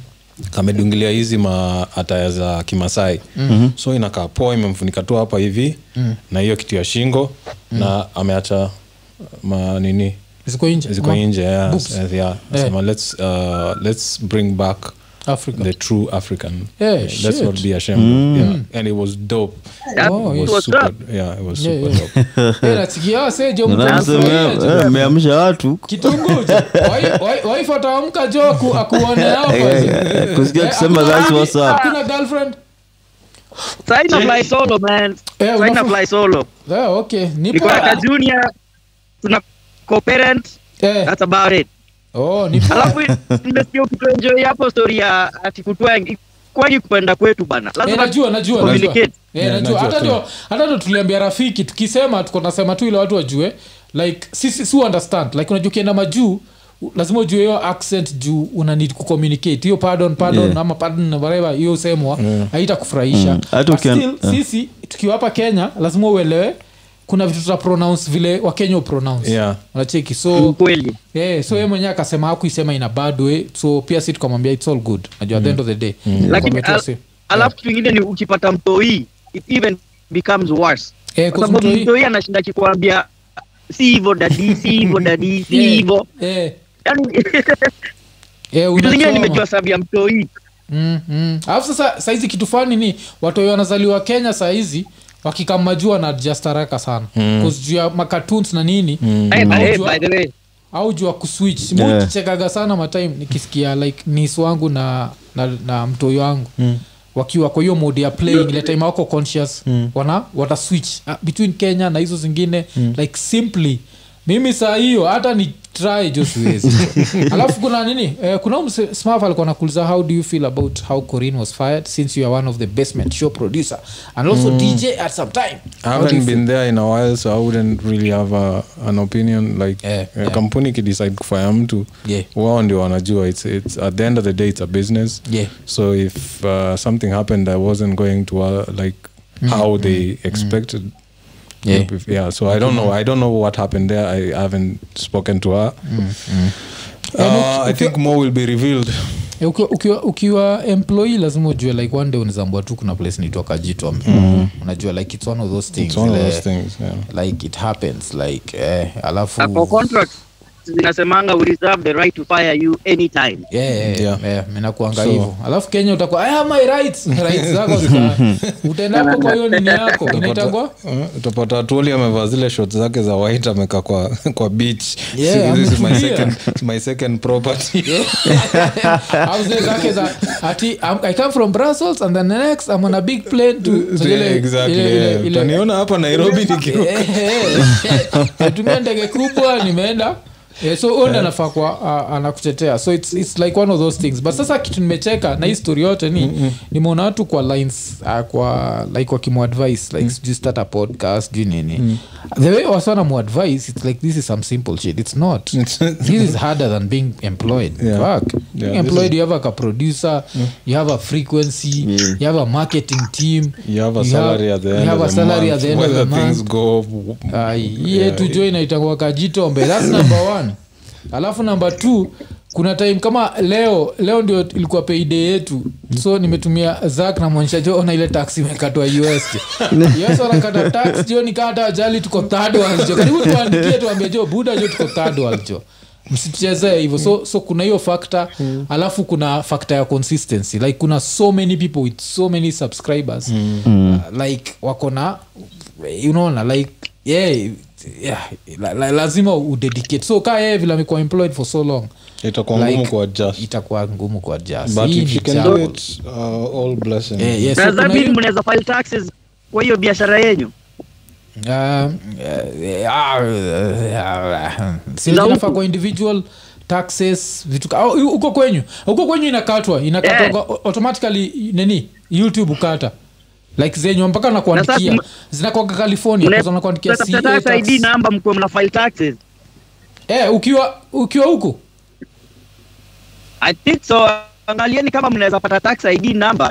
D: kamedungilia hizi maataya za kimasai
A: Hmm.
D: so inakaa poa imemfunika tu hapa hivi na hiyo kitu ya shingo
A: Hmm.
D: na ameacha ma nini
A: ziko nje
D: ziko
A: Ama-
D: nje yeah,
A: boobs.
D: yeah, yeah. Nasema, let's, uh, let's bring back
A: Africa.
D: the true african
A: Yeah,
D: let's
A: shit.
D: not be ashamed yeah. and it was dope
B: That
A: Oh,
D: it
A: yes.
B: Mm.
D: was
B: it was
D: super
B: dope.
D: yeah it was
A: Yeah,
D: super
A: yeah.
D: dope
A: Eh, nasikia, wase, jo, mtu anafurahia, jo.
C: msemea meamsha eh, watu
A: Kitungu, jo. Wai- wai- waifu ataamka, jo, aku- akuone hapa, jo.
C: eh, kusikia
A: Eh,
C: akisema,
A: hakuna
C: "That's
A: nani?
C: what's up."
A: Hakuna girlfriend?
B: Sign of fly solo man
A: Eh,
B: Sign of
A: unafaa-
B: fly solo
A: Eh, okay, nipo-
B: niko na ka junior tuna co-parent
A: Eh,
B: that's about it
A: oh, nipo-
B: alafu nimesikia ukituenjoi hapo story ya ati kutwangi kwani kupenda kwetu bana
A: Eh,
C: Yaani,
B: lazima
A: najua, najua, najua.
B: communicate
A: Eh,
D: Yeah,
A: najua.
D: najua,
A: Hata
D: najua.
A: ndio- hata ndo tuliambia rafiki tukisema tuko nasema tu ile watu wajue like sisi si understand like unajua ukienda majuu lazima ujue hiyo accent juu una need kucommunicate hiyo pardon pardon
C: Yeah.
A: ama pardon na whatever hiyo usemwa haita kufurahisha
C: Mm. Hata ukian- yeah.
A: sisi tukiwa hapa kenya lazima uelewe kuna vitu tuta pronounce vile wakenya upronounce
D: Yeah.
A: unacheki so
B: kweli
A: yeah, so ye mwenyewe akasema hakuisema ina bad way so pia si tukamwambia its all good najua at the end of the day
C: Mm.
B: lakini
A: Tukamwambia tu
B: al-
A: asi-
B: alafu kitu ingine ni ukipata mtoi it even becomes worse
A: Eh,
B: kwa
A: cause
B: sababu
A: mtoi-
B: mtoi anashinda kikwambia si hivyo dadi si hivyo dadi si
A: Yeah,
B: hivyo
A: eh,
B: yani
A: eh,
B: vitu zingine
A: unachoma.
B: nimejua sababu ya mtoi
A: Mm, mm. alafu sasa saizi kitu fani ni watoi wanazaliwa kenya saizi wakikamajua na adjust haraka sana mm. ya makatuns na nini mm.
B: Eh, eh, by the way
A: au jua kuswitch
C: Yeah.
A: mukichekaga sana matime nikisikia like nis wangu na, na, na mtoi wangu mm wakiwa kwa hiyo mode ya playing ile time wako conscious wana wata switch uh, between kenya na hizo zingine like simply mimi saa hiyo hata ni try jo siwezi alafu kuna nini eh, kuna mse- smaf alikuwa nakuuliza how do you feel about how corin was fired since you are one of the basement show producer and also dj at some time
D: I
A: How do you
D: haven't
A: feel?
D: been there in a while so i wouldn't really have a, an opinion like
A: Yeah,
D: eh,
A: yeah.
D: kampuni ikidecide kufaya mtu
A: Yeah.
D: wao ndio wanajua it's, it's, at the end of the day it's a business
A: Yeah.
D: so if uh, something happened that wasn't going to uh, like how they expected
A: Mm. Yeah.
D: maybe if- yeah so i don't know i don't know what happened there i haven't spoken to her
A: Mm.
D: Uh, I think more will be revealed.
A: Eh, ukiwa, ukiwa, ukiwa employee lazima ujue like one day unizambua tu kuna place nitwa kajitwa mm. unajua like it's one of those things,
D: It's one of
A: ile-
D: those things. Yeah.
A: like it happens like eh, alafu
B: hapo contract zinasemanga we reserve the right to fire you anytime
A: Yeah, yeah,
D: Yeah.
A: yeah, minakuanga
D: So-
A: hivo alafu kenya utakuwa I have my rights rights zako zita- utaenda hapo kwa hiyo nini yako inaitangwa
D: Eh, utapata tuoli amevaa zile shot zake za white amekaa kwa, kwa beach
A: Yeah,
D: So this is my
A: ametulia.
D: second, it's my second property
A: Au zile zake za ati I'm- i come from brussels and then the next i'm on a big plane to so
D: Yeah,
A: ile-
D: exactly,
A: ile- ile-
D: yeah.
A: ile-
D: Utaniona hapa nairobi nikiwa-
A: eh, natumia ndege kubwa nimeenda Eh, so huyo ndo anafaa kwa a- anakutetea so it's, it's like one of those things but sasa kitu nimecheka na hii story yote ni nimeona watu kwa lines uh, kwa like wakimuadvice
D: Mm.
A: like sijui start a podcast sijui nini the way wasana muadvice it's like this is some simple shit it's not this is harder than being employed
D: Yeah.
A: Fuck.
D: Yeah,
A: being
D: this Mm.
A: employed you have like a producer you have a frequency you have a marketing team
D: you have a salary at the
A: you
D: end
A: have
D: of
A: a
D: the
A: salary
D: month,
A: at the end of
D: whether
A: the month Uh,
D: things go w-
A: iye tujo inaitangwa kajitombe thats number one alafu number two kuna time kama leo leo ndio ilikuwa payday yetu so nimetumia zak namwonyesha jo ona ile tax imekatwa us us wanakata tax jo nikata ajali tuko third world jo karibu tuandikie tuambie jo buda jo tuko third world jo msichezee hivyo so, so kuna hiyo fakta alafu kuna fakta ya consistency like kuna so many people with so many subscribers
D: Mm.
A: uh, like wako na unaona like yeah, yeah, la, la, lazima udedicate so kaa yeye vile amekuwa employed for so long
D: itakuwa ngumu
A: like,
D: kuadjust.
A: itakuwa ngumu kuadjust.
D: but
A: Hii
D: if
A: ni
D: you can
A: jambo.
D: do it uh, all blessing
A: Eh, yes, so
B: na
A: kuna
B: zabidi
A: hiyo-
B: mnaweza file taxes kwa hiyo biashara yenyu
A: Um, eh, ah, eh, si
B: Za
A: inafaa
B: huku.
A: kwa individual taxes vitu ka- au, huko kwenyu huko kwenyu inakatwa inakatwa
B: Eh.
A: kwa- automatically nini youtube ukata like zenyu mpaka nakuandikia
B: Na
A: zinakwanga california kwa sababu nakuandikia
B: mnatafuta
A: CA
B: tax id
A: tax.
B: namba mkuwe mna file taxes
A: Eh, ukiwa ukiwa huko
B: i think so angalieni kama mnaweza pata tax id namba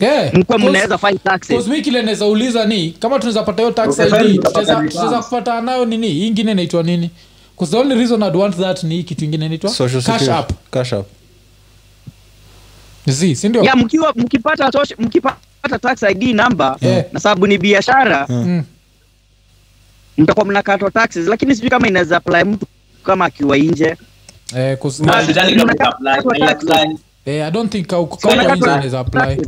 A: Eh,
B: mkuwe
A: cause-
B: mnaweza file taxes
A: cause mi kile naweza uliza ni kama tunaweza pata hiyo tax
E: Utafanya
A: id
E: utapata
A: tutaweza-
E: refund.
A: tutaweza kupata nayo nini hii ingine inaitwa nini 'Cause the only reason I'd want that ni hii kitu ingine inaitwa
D: social
A: cash
D: security
A: app
D: cash up
A: zi sindio
B: ya mkiwa mkipata social- mkipata tax id namba
A: Yeah.
B: na sababu ni biashara
A: Mm.
B: mtakuwa mnakatwa taxes lakini sijui kama inaweza apply mtu kama akiwa nje
A: Eh, 'cause-
E: Na sidhani kama ita-apply, hai-apply.
A: Eh, i don't think kauko
E: So,
A: kama
E: unataka
A: hizo
E: tu-
A: inaweza apply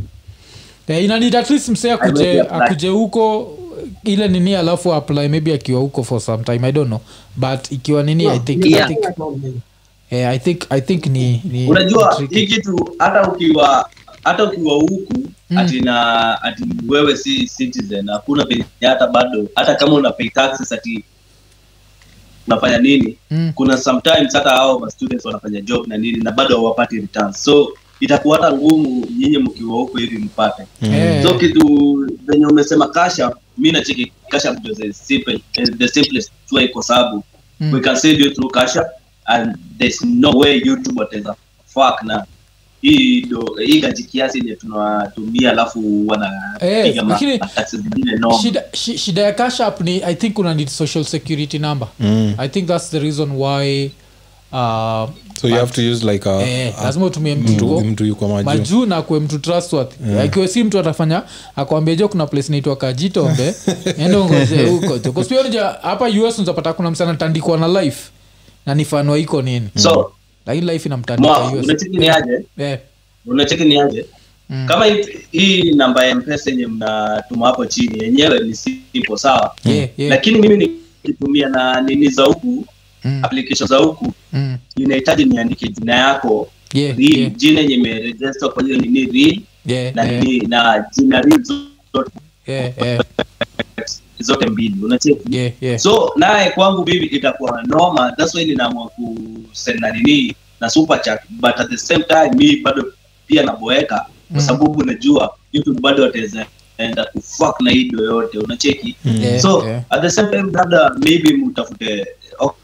A: eh, ina need at least msee akuje
E: Haiwezi apply.
A: akuje huko ile nini alafu apply maybe akiwa huko for some time i don't know but ikiwa nini i think i
B: Yeah.
A: think eh, i think i think ni, ni ni
E: unajua
A: tricky.
E: hii kitu hata ukiwa hata ukiwa huku ati na ati wewe si citizen hakuna penye hata bado hata kama una pay taxes ati unafanya nini
A: Mm.
E: kuna sometimes hata hao ma students wanafanya job na nini na bado hawapati returns so itakuwa hata ngumu nyinyi mkiwa huku hivi mpate
A: Eh,
E: so kitu venye umesema kasha mi nacheki
A: Mm.
E: kasha ndio the simple- the simplest way kwa sababu we can send you through kasha and there's no way youtube wataweza fuck na hii ndo hii gaji kiasi ile tunatumia alafu
A: Eh,
E: wanapiga ma-
A: lakini-
E: mataxes zingine no
A: shida, shi- shida ya cash app ni i think una need social security number i think that's the reason why uh,
D: so you have to use like a,
A: eh,
D: a-
A: lazima utumie
D: mtu-
A: mtu
D: mtu yuko majuu
A: majuu na kuwe mtu trustworthy akiwe si mtu atafanya akwambia jo kuna place naitwa kajitombe endo ngoze huko tu kusiorja hapa us unzapata kuna msana tandikwa na life na nifanwa iko nini
E: so
A: lakini life inamtandika
E: mwa
A: US.
E: unacheki ni aje
A: Eh,
E: unacheki ni aje
A: Mm.
E: kama hii- hii namba ya mpesa yenye mnatuma hapo chini yenyewe ni simple sawa
A: Mm. yeah, yeah.
E: lakini mimi nikitumia na nini za huku
A: Mm,
E: application za huku
A: mm,
E: inahitaji niandike jina yako
A: yeah,
E: real
A: yeah, Eh,
E: jina yenye imerejesta kwa hiyo nini real
A: yeah,
E: na
A: yeah,
E: nini na jina real zote,
A: yeah, yeah,
E: zote mbili unacheki
A: yeah, yeah.
E: so naye kwangu mimi itakuwa noma that's why ninaamua kusend na nini na super chat but at the same time mi bado pia naboeka kwa
A: Mm.
E: sababu najua youtube bado wataweza enda kufuck na hii yoyote unacheki
A: Yeah,
E: so
A: yeah.
E: at the same time labda maybe mtafute okay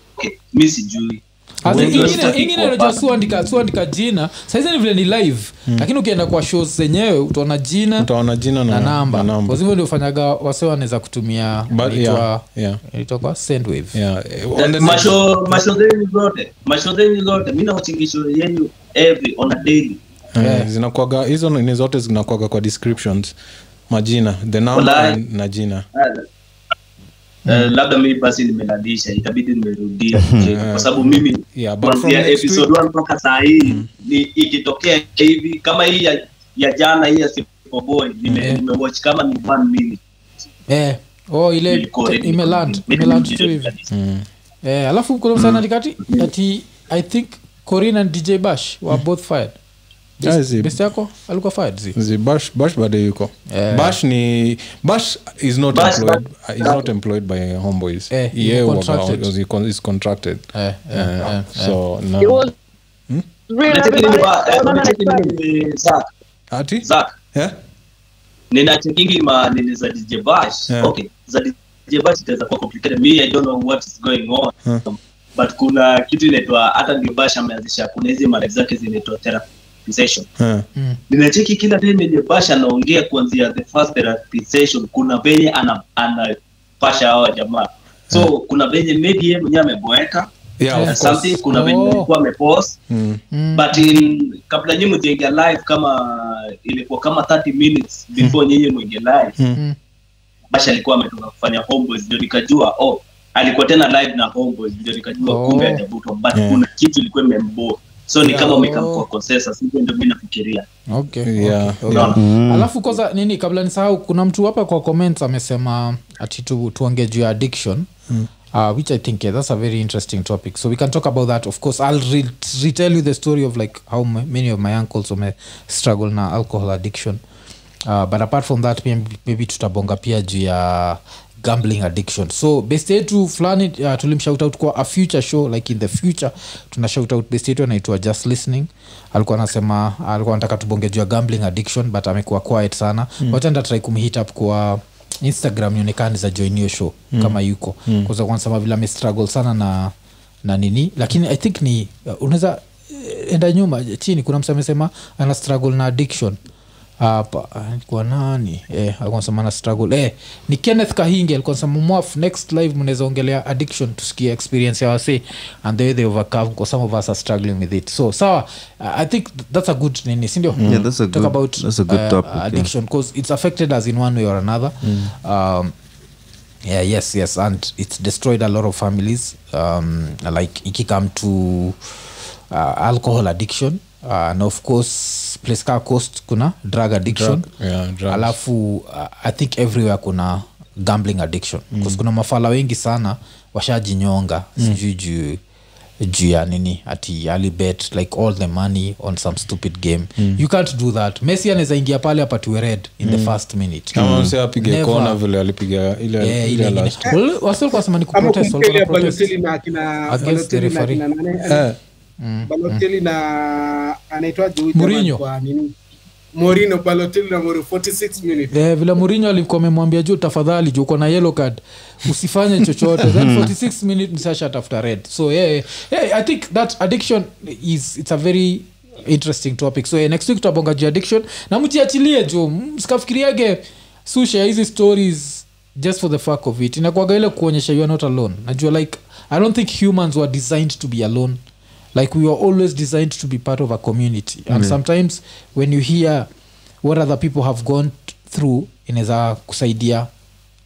E: mi sijui
A: As in,
E: Wengi
A: Ah, ingine-
E: wasitaki
A: ingine
E: kuwa
A: unajua
E: part.
A: suandika suandika jina saizi ni vile ni live lakini ukienda kwa shows zenyewe utaona jina
D: utaona jina
A: na
D: na
A: namba
D: na
A: kwa hivyo ndio ufanyaga wase wanaweza kutumia
D: But, yeah,
A: inaitwa-
D: yeah,
A: inaitwa kwa sendwave
D: yeah. eh, On the next-
E: masho masho zenu zote masho zenu zote mi nachingisho yenu every on a daily
D: Eh, zinakuwaga hizo ni zote zinakuwaga kwa descriptions majina the
E: Walai.
D: number and- na jina
E: Eh, labda mi basi nimeladisha itabidi nimerudia kwa sababu mimi
D: Yeah, but from
E: kuanzia
D: next
E: episode one mpaka saa hii ni ikitokea hivi kama hii ya, ya jana hii ya sipoboi nime, nimewatch kama ni one minute
A: eh. oh ile
E: Nilikuwa ready.
A: imeland
E: Mimi
A: imeland tu
E: nilikuwa
A: hivi
E: ready.
A: eh, alafu kuna
D: Mm.
A: msana katikati ati i think corin and dj bash were both fired
D: Yeah, Eh, zi-
A: best yako alikuwa fired zi
D: zi- bash bash bado yuko
A: Eh.
D: bash ni bash is not
E: Bash
D: employed is not employed by homeboys
A: Eh,
D: Yeye
A: he
D: waga-
A: contracted.
D: was- he con- is contracted
A: eh, eh,
D: Eh,
A: eh.
D: so no.
B: It was really
E: Unacheki nini ba- eh,
B: bad.
E: unacheki nini, eh, Zack?
D: ati
E: Zack,
D: yeah?
E: ninachekingi ma nini za dj bash
D: Yeah.
E: okay za dj bash itaweza kuwa complicated me i don't know what is going on but kuna kitu inaitwa hata ndio bash ameanzisha kuna hizi mali zake zinaitwa therapization
A: Mm.
D: Eh.
E: ninacheki kila time yenye Basha anaongea kuanzia the first therapy session kuna venye ana- anapasha hawa jamaa so kuna venye maybe yeye mwenyewe ameboeka
D: Yeah,
E: na
D: of course.
E: something kuna venye
A: Oh.
E: alikuwa amepause
D: Mm.
A: Mm.
E: but in, kabla nyinyi mjenge live kama ilikuwa kama 30 minutes
D: Mm.
E: before nyinyi mwinge live
A: Mm.
E: Basha alikuwa ametoka kufanya homeboys ndio nikajua oh alikuwa tena live na homeboys ndio nikajua
A: Oh.
E: kumbe hajabutwa but
D: Yeah.
E: kuna kitu ilikuwa imembo so ni kama
A: Yeah.
E: wamekamkua consensus hivyo ndio mimi nafikiria
A: eh. okay,
D: Yeah,
A: okay,
E: unaona
A: okay. Mm. alafu kwanza nini kabla nisahau kuna mtu hapa kwa comments amesema ati tu, tuonge juu ya addiction Uh, which i think yeah, that's a very interesting topic so we can talk about that of course i'll re retell you the story of like how m- many of my uncles wame struggle na alcohol addiction uh, but apart from that maybe, maybe tutabonga pia juu ya gambling addiction so best yetu fulani uh, tulimshout out kwa a future show like in the future tuna shout out best yetu anaitwa just listening alikuwa anasema alikuwa anataka tubonge juu ya gambling addiction but amekuwa quiet sana mm. wacha ndatrai kumhit up kwa instagram ionekane za join hiyo show mm. kama yuko mm. kwanza kwanasema vile amestruggle sana na na nini lakini i think ni uh, unaweza eh, enda nyuma chini kuna msa amesema ana struggle na addiction hapa alikuwa nani eh, alikuwa nasema na struggle eh, ni kenneth kahingi alikuwa nasema mwaf next live mnaweza ongelea addiction tusikie experience ya wase and the way they overcome because some of us are struggling with it so sawa uh, i think that's a good nini sindio
C: Yeah, that's a
A: talk
C: good-
A: about
C: that's a good
A: uh,
C: topic, yeah. Mm.
A: addiction because it's affected us in one way or another um, yeah yes yes and it's destroyed a lot of families um, like iki come to uh, alcohol addiction uh, and of course place ka coast kuna drug addiction
D: yeah, drugs.
A: alafu uh, i think everywhere kuna gambling addiction mm. kuna mafala wengi sana washajinyonga mm. sijui juu juu ya nini ati alibet like all the money on some stupid game mm. you can't do that messi anaweza ingia pale apatiwe red in the first minute
D: kama mse apige
A: Mm. Never.
D: kona vile alipiga ile
A: Yeah,
D: ile
A: ile ingine.
D: last
A: Well, wasio kwa sema ni
G: ama
A: kuprotest,
G: kumbuka ile
A: walikuwa
G: ya
A: na protest.
G: baloteli na akina
A: Against the
G: baloteli na
A: referee.
G: akina nani
D: Eh.
G: baloteli na anaitwaje huyu jamaa
A: Mourinho.
G: kwa nini Morino, Balotelli na Mourinho 46 minutes.
A: eh, vile murinyo alikuwa amemwambia juu tafadhali juu uko na yellow card usifanye chochote then 46 minutes sasha tafuta red so yeah, yeah. Yeah, i think that addiction is it's a very interesting topic so yeah, next week tutabonga juu addiction na mjiachilie juu msikafikiriage susha hizi stories just for the fuck of it inakuaga ile kuonyesha you are not alone najua like i don't think humans were designed to be alone like we were always designed to be part of a community and sometimes when you hear what other people have gone t- through inaweza kusaidia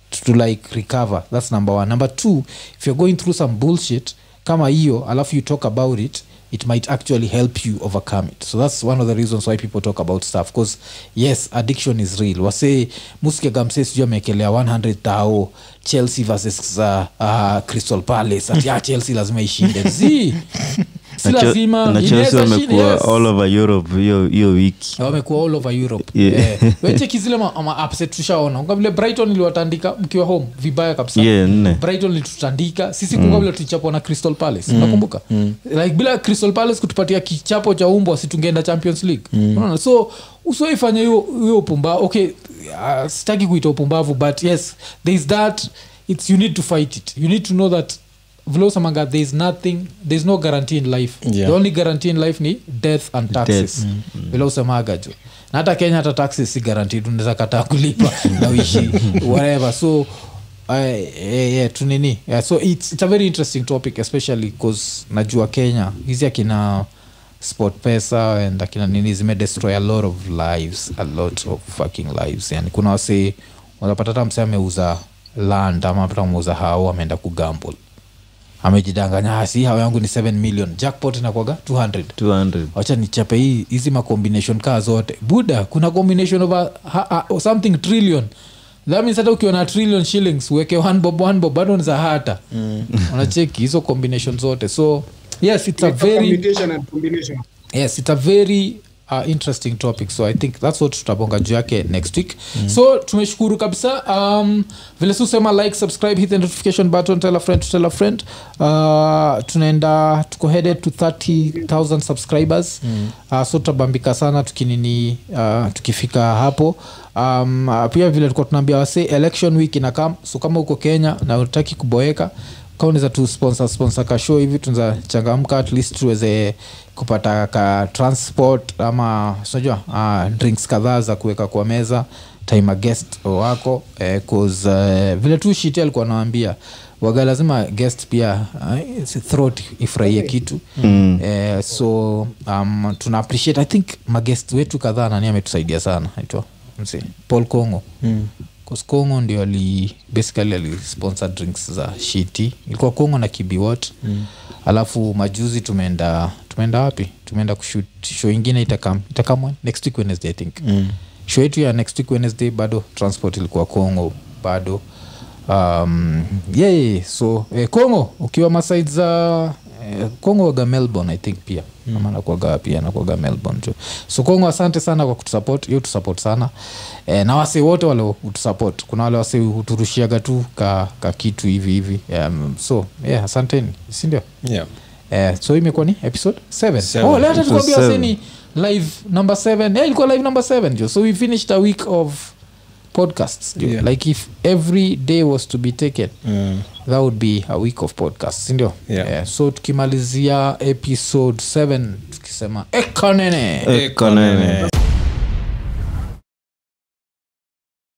A: to, to like recover that's number one number two if you're going through some bullshit kama hiyo alafu you talk about it it might actually help you overcome it so that's one of the reasons why people talk about stuff because yes addiction is real wasee muskegamse sijui ameekelea 100 tao chelsea versus uh, uh, crystal palace ati ah, chelsea lazima ishinde z si
C: Na Chel-
A: lazima
C: na chelsea
A: inaweza shinda,
C: wamekuwa
A: yes. Oh.
C: all over europe hiyo hiyo wiki
A: Na wamekuwa all over europe
C: Yeah.
A: Eh, wecheki zile ma- ma- upset tushaona Unga vile brighton iliwatandika mkiwa home vibaya kabisa
C: Yeah, nne. Mm.
A: brighton ilitutandika sisi kunga vile tulichapwa na crystal palace unakumbuka like bila crystal palace kutupatia kichapo cha umbwa situngeenda champions league
C: Mm.
A: unaona so usioifanya hiyo hiyo upumba okay uh, sitaki kuita upumbavu but yes there is that it's you need to fight it you need to know that vilosamanga there is nothing there is no guarantee in life
D: Yeah.
A: the only guarantee in life ni death and taxes vile usemaga jo na hata kenya hata taxes si guaranteed unaweza kataa kulipa na uishi whatever so Uh, yeah, yeah, tunini yeah, so it's, it's a very interesting topic especially bcause najua kenya hizi akina sport pesa and akina nini zimedestroy a lot of lives a lot of fucking lives yani kuna wasi unapata hata msee ameuza land ama hata ameuza hao ameenda kugamble amejidanganya "Ah, si hao yangu ni 7 million jackpot inakwaga 200
C: 200
A: wacha nichape hii hizi macombination kaa zote buda kuna combination of a, ha, a, something trillion that means hata ukiwa na trillion shillings uweke one bob one bob bado ni za hata mm. unacheki hizo combination zote so yes it's a very
G: Combination and combination.
A: yes it's a very uh, interesting topic so i think that's what tutabonga juu yake next week mm. so tumeshukuru kabisa um, vile susema like subscribe hit the notification button tell a friend to tell a friend uh, tunaenda tuko headed to 30000 subscribers mm. uh, so tutabambika sana tukinini uh, tukifika hapo um, uh, pia vile tulikuwa tunaambia wase election week inakam so kama uko kenya na utaki kuboeka kauni za tu sponsor sponsor ka show hivi tunza changamka at least tuweze kupata ka transport ama sinajua uh, drinks kadhaa za kuweka kwa meza time guest wako eh, cause, eh, vile tu shiti alikuwa anawaambia waga lazima guest pia eh, si throat ifurahie kitu mm. eh, so um, tuna appreciate i think magest wetu kadhaa nani ametusaidia sana aitwa msi paul kongo mm koskongo ndio ali basically alisponsor drinks za shiti ilikuwa kongo na kibiwot mm. alafu majuzi tumeenda tumeenda wapi tumeenda kushoot show ingine itakam itakam when? next week wednesday i think mm. show yetu ya next week wednesday bado transport ilikuwa kongo bado um, yeah, so eh, kongo ukiwa masaid za eh, kongo waga melbourne i think pia mm. nakwaga pia nakwaga melbourne jo so kongo asante sana kwa kutusupport hiyo tusupport sana eh, na wase wote wale hutusupport kuna wale wase huturushiaga tu ka, ka kitu hivi hivi um, so yeah asanteni sindio
D: yeah.
A: eh, so hii imekuwa ni episode 7
D: Seven.
A: oh, leo tukwambia
C: Episode
A: waseni live number 7 eh, ilikuwa live number 7 jo so we finished a week of podcasts jo.
D: Yeah.
A: like if every day was to be taken
D: Mm.
A: that would be a week of podcasts sindio
D: Yeah.
A: so tukimalizia episode 7 tukisema "Eh, ekanene
C: Ekonene.
D: Ekonene.